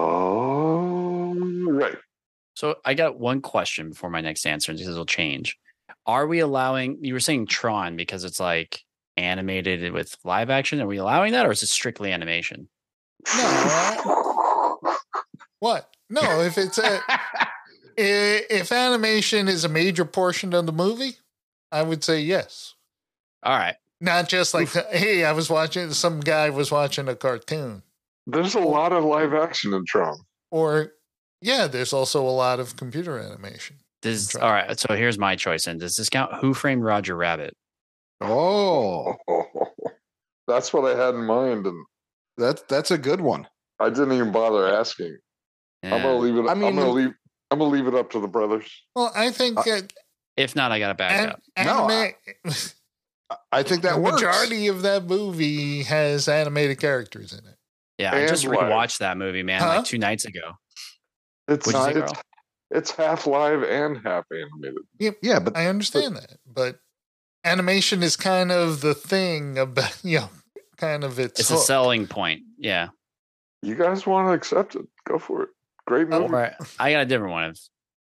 D: Well, right.
C: So I got one question before my next answer, and this will change. Are we allowing you were saying Tron because it's like animated with live action? Are we allowing that or is it strictly animation?
A: No, What? No, if it's a, i- if animation is a major portion of the movie, I would say yes.
C: All right.
A: Not just like, hey, I was watching some guy was watching a cartoon,
D: There's a lot of live action in Tron.
A: or yeah, there's also a lot of computer animation.
C: Does
A: Try.
C: all right. So here's my choice. And does this count? Who framed Roger Rabbit?
B: oh,
D: That's what I had in mind, and
B: that's that's a good one.
D: I didn't even bother asking. I'm
C: Yeah.
D: gonna leave it.
B: I
D: I mean, I'm
B: mean-
D: gonna leave. I'm gonna leave it up to the brothers.
A: Well, I think
B: Uh,
A: that
C: If not, I got to back
A: an,
C: up.
B: No,
A: anime,
B: I- I think that
A: the
B: works.
A: majority of that movie has animated characters in it.
C: Yeah, I just
D: And why?
C: rewatched that movie, man,
A: Huh?
C: like two nights ago.
D: It's
C: What'd you say,
D: it's,
C: Carl?
D: it's half live and half animated.
B: Yeah, but
A: I understand that, but animation is kind of the thing about you know, kind of its,
C: It's a
A: hook.
C: selling point. Yeah.
D: You guys want to accept it? Go for it. Great
A: Oh,
D: movie.
C: Or I got a different one.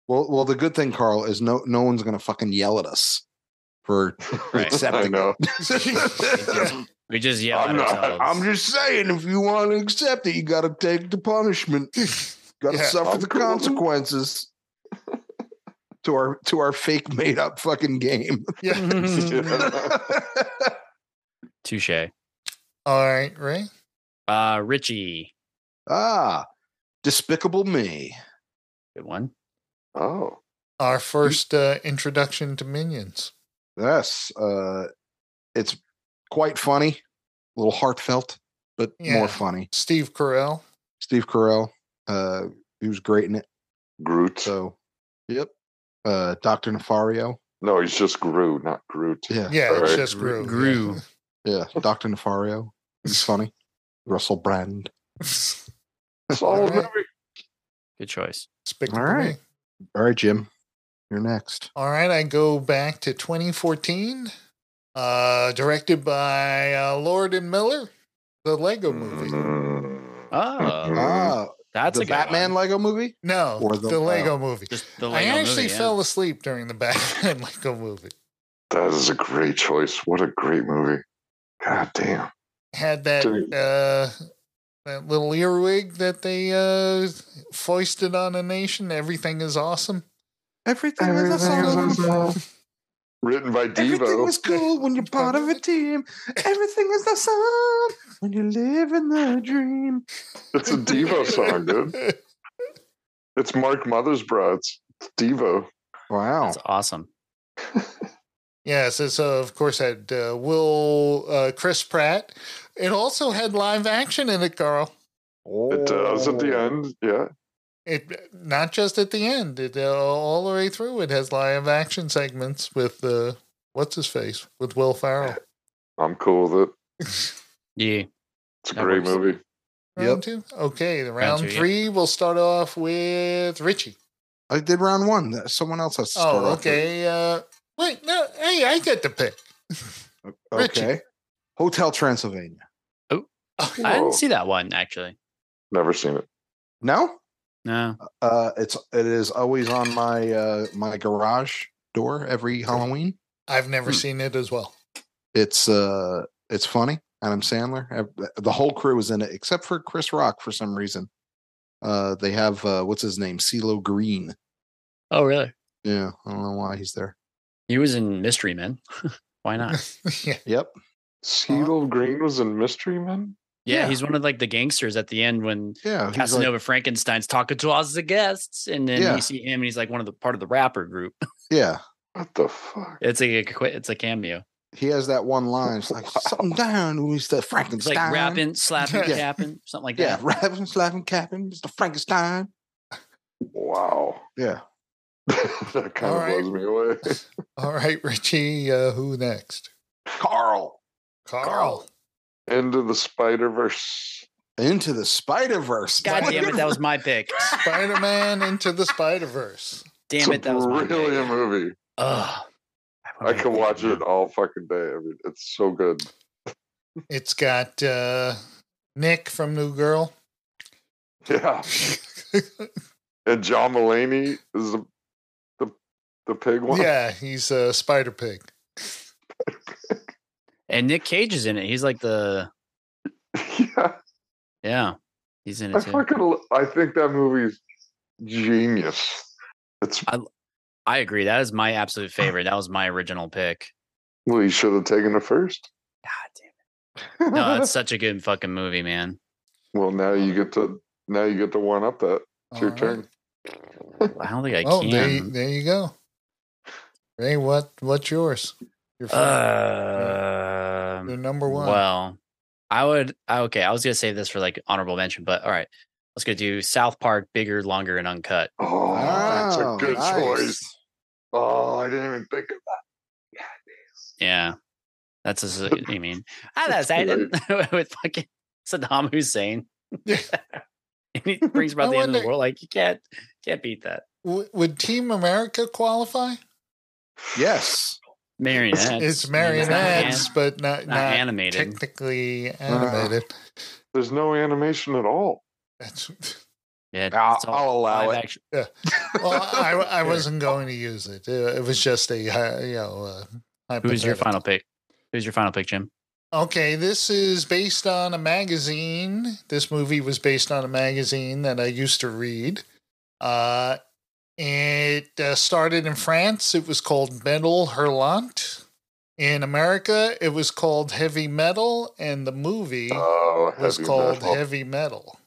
B: well, well, the good thing, Carl, is no no one's gonna fucking yell at us for
C: Right.
D: I
B: accepting.
D: know.
B: it.
C: We just yell
D: I'm
C: at
D: not.
C: ourselves.
B: I'm just saying, if you want to accept it, you got to take the punishment. Got to
A: Yeah.
B: suffer
D: I'm
B: the
D: cool.
B: consequences to our to our fake made up fucking game.
A: yeah.
C: Touche.
A: All right, Ray.
C: Uh, Richie.
B: ah, Despicable Me.
C: Good one.
D: Oh,
A: Our
B: Mm-hmm.
A: first uh, introduction to minions.
B: Yes, uh, it's quite funny, a little heartfelt, but
A: Yeah.
B: more funny.
A: Steve Carell.
B: Steve Carell, uh, he was great in it.
D: Groot.
B: So, yep. Uh, Doctor Nefario.
D: no, he's just Gru, not Groot.
B: Yeah,
A: Yeah,
D: All
A: it's
D: right.
A: just grew.
C: Gru.
B: yeah. Doctor Nefario. He's funny. Russell Brand.
D: Solid
A: All right.
D: movie.
C: Good choice.
A: Speaking
B: All
A: to me.
B: right. All right, Jim, you're next.
A: All right, I go back to 2014, uh, directed by uh, Lord and Miller, the Lego movie.
D: Mm.
C: Oh,
D: Mhm.
B: Ah,
C: that's
B: the
C: a good
B: Batman
C: one.
B: Lego movie.
A: No,
B: Or
A: the,
B: the-
A: Lego movie.
C: Just the
A: I
C: Lego
A: actually
C: movie, yeah.
A: fell asleep during the Batman Lego movie.
D: That is a great choice. What a great movie. God damn.
A: Had that
D: Dude.
A: uh, that little earwig that they uh, foisted on a nation. Everything is awesome.
B: Everything, is
D: Everything is
B: awesome.
D: awesome. Written by
B: Everything
D: Devo.
B: is cool when you're part of a team. Everything is awesome when you're living the dream.
D: it's a Devo song, dude. It's Mark Mothersbaugh. It's Devo.
B: Wow.
C: That's awesome.
A: Yes, it's uh, of course had uh, Will uh, Chris Pratt. It also had live action in it, Carl.
D: It does at
A: Oh.
D: the end. Yeah.
A: It not just at the end, it uh, all the way through. It has live action segments with uh, what's his face with Will Farrell.
D: I'm cool with it.
C: Yeah.
D: It's a
C: That
D: great
C: works.
D: movie.
A: Round two, okay. The round,
C: two, yeah.
A: three, we'll start off with Richie.
B: I did round one. Someone else has to start
A: Oh,
B: off with-
A: okay. Uh, wait, no, hey, I get to pick. Richie.
B: Okay. Hotel Transylvania.
A: Oh,
C: I
D: Whoa.
C: didn't see that one, actually.
D: Never seen it.
B: No?
C: No.
B: Uh it's it is always on my uh my garage door every Halloween.
A: I've never
C: Hmm.
A: seen it as well.
B: It's uh it's funny. Adam Sandler. Ev- The whole crew is in it except for Chris Rock for some reason. Uh they have uh what's his name? CeeLo Green.
C: Oh, really?
B: Yeah, I don't know why he's there.
C: He was in Mystery Men. Why not?
A: yeah,
B: Yep.
D: Seal Green was in Mystery Men?
C: Yeah,
B: Yeah.
C: he's one of like the gangsters at the end when
B: Yeah. he's like-
C: Casanova Frankenstein's talking to us as the guests, and then
B: Yeah.
C: you see him, and he's like one of the part of the rapper group.
B: yeah.
D: What the fuck?
C: It's like a qu- it's a cameo.
B: He has that one line. It's like
D: Wow.
B: something down, Mr.
C: It's
B: Frankenstein.
C: like rapping, slapping,
B: Yeah.
C: tapping, something like
B: Yeah,
C: that.
B: rapping, slapping, capping, Mr. Frankenstein.
D: Wow.
B: Yeah.
D: that kind
A: All
D: of
A: right.
D: blows me away.
A: All right, Richie. Uh, who next?
B: Carl.
A: Carl.
D: Into the Spider Verse.
B: Into the Spider Verse.
C: God damn it, that was my pick.
A: Spider Man into the Spider Verse.
D: It's
C: Damn
D: a
C: it, that was my
D: brilliant
C: pick.
D: movie.
C: Ugh.
D: I could watch it all fucking day. I mean, it's so good.
A: It's got uh, Nick from New Girl.
D: Yeah. And John Mulaney is the the, the pig one.
A: yeah, he's a Spider Pig.
C: And Nick Cage is in it. He's like the
D: yeah.
C: yeah, he's in
D: I
C: it. Too.
D: fucking lo- I think that movie's genius. It's
C: I agree. That is my absolute favorite. That was my original pick.
D: well, you should have taken it first.
C: God damn it. No, that's such a good fucking movie, man.
D: Well, now you get to now you get to one up that. It's your
A: All right.
D: turn.
C: I don't think I
A: Oh, there, you-
C: can.
A: there you go. Ray, what what's yours? Your, fir-
C: Um,
A: your number one.
C: Well, I would. I- Okay, I was gonna save this for like honorable mention, but all right, let's go do South Park, bigger, longer, and uncut.
D: Oh, that's a good choice. Oh, I didn't even think of
C: Yeah, that's as I mean. Ah, that's I
D: That's
C: didn't with fucking Saddam Hussein.
A: Yeah.
C: and he brings
A: I
C: about the end of the
A: wonder-
C: world. Like you can't can't beat that.
A: W- would Team America qualify?
B: Yes.
C: Marionettes.
A: It's
C: I mean, not an-
A: marionettes, but not
C: Not,
A: not,
C: animated.
A: technically uh, animated.
D: There's no animation at all.
A: That's
C: yeah,
B: I'll,
C: it's all
B: I'll allow
C: live
B: it.
C: action.
A: well, I, I wasn't going to use it. It it was just a uh, you know. Uh,
C: Who's
A: hypothetical.
C: your final pick? Who's your final pick, Jim?
A: Okay, this is based on a magazine. This movie was based on a magazine that I used to read. Uh, it uh, started in France. It was called Metal Hurlant. In America, it was called Heavy Metal, and the movie
D: Oh,
A: was
D: heavy
A: called
D: metal.
A: Heavy Metal.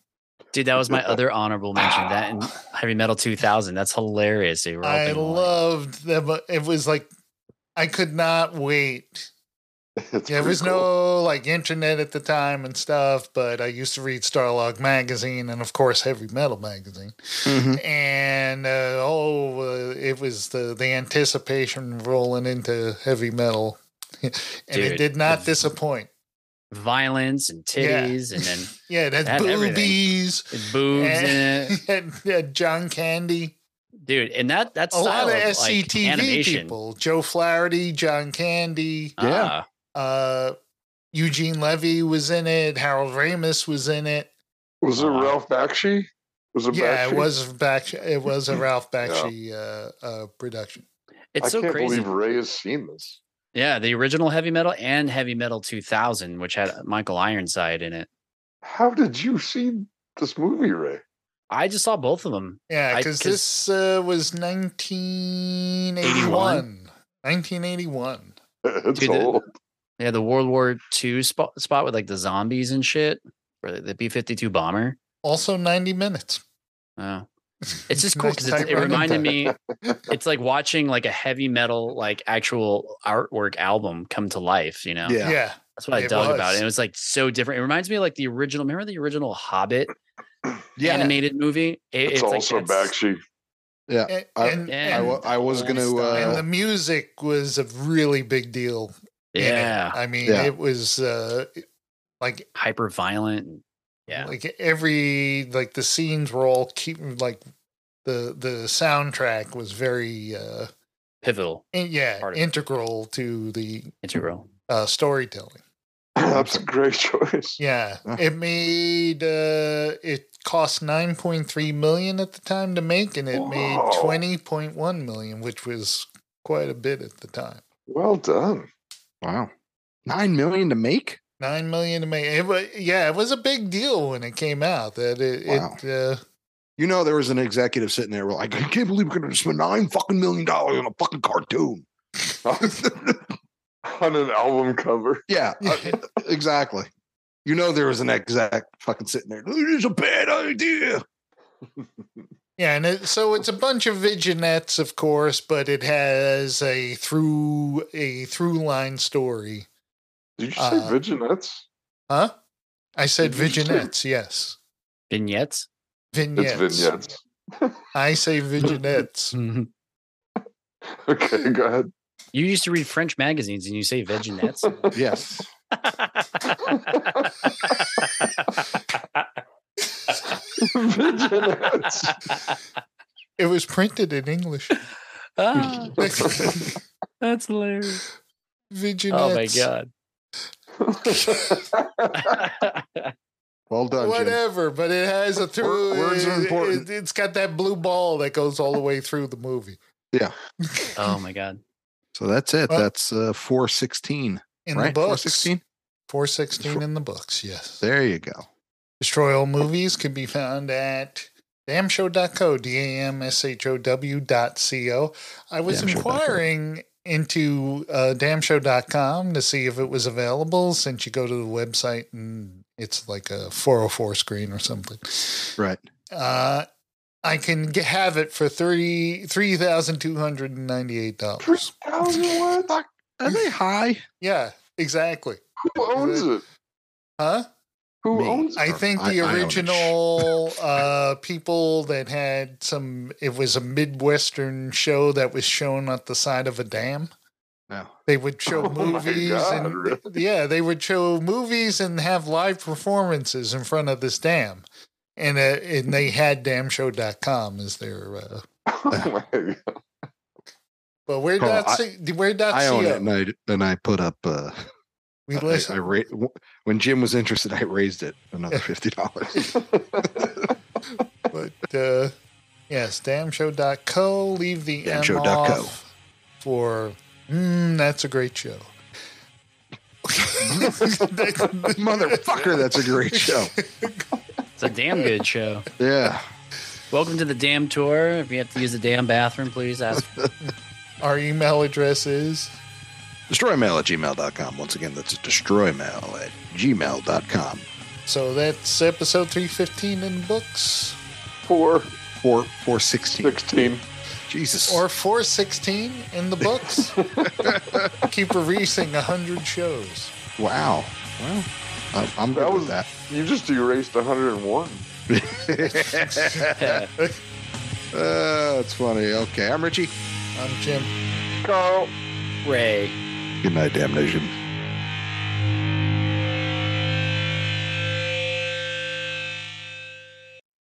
C: Dude, that was my other honorable mention. That and Heavy Metal 2000. That's hilarious. They were all
A: I
C: thinking alike.
A: loved them. It was like I could not wait.
D: It's
A: Yeah, there
D: pretty
A: was
D: cool.
A: no like internet at the time and stuff, but I used to read Starlog magazine and of course Heavy Metal magazine.
B: Mhm.
A: and uh, oh, uh, it was the the anticipation rolling into heavy metal, and it
C: Dude,
A: did not
C: the-
A: disappoint.
C: violence and
A: Yeah.
C: titties and then
A: Yeah, that's
C: Had everything.
A: boobies.
C: it boobs in it.
A: and, and John Candy,
C: Dude, and that that's
A: a lot of,
C: like,
A: SCTV
C: animation.
A: people, Joe Flaherty, John Candy,
B: Yeah.
C: Ah,
A: uh, Eugene Levy was in it, Harold Ramis was in it.
D: Was it
C: Wow.
D: Ralph Bakshi? Was it
A: Yeah,
D: Bakshi?
A: it was back. It was a Ralph Bakshi uh, uh, production.
D: I
C: it's so
D: can't
C: crazy.
D: believe Ray has seen this.
C: Yeah, the original Heavy Metal and Heavy Metal 2000, which had Michael Ironside in it.
D: How did you see this movie, Ray?
C: I just saw both of them.
A: Yeah,
C: I-
A: because
C: 'cause-
A: this uh, was 1981. 1981.
D: It's
C: Dude, the-
D: old.
C: Yeah, the World War II spot, spot with like the zombies and shit, or the, the B 52 bomber.
A: Also 90 minutes.
C: Oh. It's just cool because
A: Type
C: it
A: running
C: reminded
A: time.
C: me, it's like watching like a heavy metal, like actual artwork album come to life, you know?
B: Yeah.
A: Yeah.
C: That's what I
A: It
C: dug about
A: was.
C: it. It was like so different. It reminds me of, like the original. Remember the original Hobbit
B: Yeah.
C: animated movie? It-
D: It's, also
C: that's-
D: Bakshi.
A: And,
B: I-
A: and,
C: Yeah.
B: I, wa- I was
C: Holy
B: going to.
C: stuff.
A: and
B: Uh,
A: the music was a really big deal. in it.
C: Yeah,
A: I mean,
B: Yeah.
A: it was uh, like
C: hyper violent. Yeah,
A: like every like the scenes were all keep like the the soundtrack was very uh
C: pivotal
A: in- yeah
C: Part of it.
A: integral to the
C: integral.
A: uh storytelling.
D: That's a great choice.
A: Yeah,
B: Yeah.
A: it made uh, it cost nine point three million at the time to make, and it
D: Wow.
A: made twenty point one million, which was quite a bit at the time.
D: Well done.
B: wow. Nine million to make?
A: Nine million to make. It was, yeah, it was a big deal when it came out. That it,
B: Wow.
A: it uh,
B: You know, there was an executive sitting there like, I can't believe we're going to spend nine fucking million dollars on a fucking cartoon.
D: On an album cover.
B: yeah, uh, exactly. You know, there was an exec fucking sitting there. This is a bad idea.
A: yeah, and it, so it's a bunch of vignettes, of course, but it has a through a through line story,
D: Did you say
A: Uh,
D: Viginettes?
A: huh? I said
D: Vignettes.
A: vignettes, yes,
C: Vignettes.
A: vignettes.
D: It's vignettes.
A: I say vignettes.
C: you
D: Okay, go ahead.
C: used to read French magazines and you say vignettes.
B: Yes.
D: Viginettes.
A: it was printed in English.
C: Ah, that's hilarious.
A: Vignettes.
C: Oh my god.
B: Well done, Jim.
A: Whatever, but it has a through.
B: words are
A: it-
B: important.
A: It, has got that blue ball that goes all the way through the movie.
C: oh my god.
B: So that's it.
A: Well-
B: that's uh, 416,
A: In
B: right?
A: the books.
B: 416?
A: 416 in the books, yes.
B: There you go.
A: Destroy All Movies can be found at damshow.co, D A M S H O W dot C O. I was
B: Damshow.co.
A: inquiring into uh, damshow.com to see if it was available since you go to the website and it's like a 404 screen or something.
B: Right.
A: Uh, I can g have it for thirty three thousand two hundred and ninety eight dollars.
D: thousand what?
B: Are they high?
A: Yeah, exactly.
D: Who owns it?
A: Huh?
D: Who
B: Me.
D: owns it?
A: I think
B: I-
A: the
B: I own it.
A: original uh, people that had some. It was a midwestern show that was shown at the side of a dam.
B: No.
A: They would show
D: Oh my
A: movies
D: God,
A: and
D: really?
A: yeah, they would show movies and have live performances in front of this dam. and uh, and they had damshow.com as their. Uh,
D: oh my God.
A: but we're
B: Oh,
A: not.
B: I-
A: C- we're not.
B: I own
A: CO.
B: it, and I and I put up. Uh,
A: We
B: I,
A: listen.
B: I ra- w- when Jim was interested, I raised it another fifty dollars.
A: but uh, yes, damshow.co. Leave the M
B: Damshow.co.
A: off for mm, that's a great show.
B: Motherfucker, that's a great show.
C: It's a damn good show.
B: Yeah,
C: Welcome to the damn tour. If you have to use the damn bathroom, please ask.
A: Our email address is
B: destroymail at gmail.com. Once again, that's destroymail at gmail.com.
A: so that's episode three fifteen in the books
D: Four
B: Four four sixteen.
D: sixteen.
B: Jesus.
A: or four sixteen in the books. Keep releasing a hundred shows.
B: wow. Well, I, I'm
D: That
B: good
D: was
B: with that.
D: you just erased 101.
B: Uh, that's funny. Okay, I'm Richie.
A: I'm Jim.
D: Carl.
C: Ray.
B: Good night, damnation.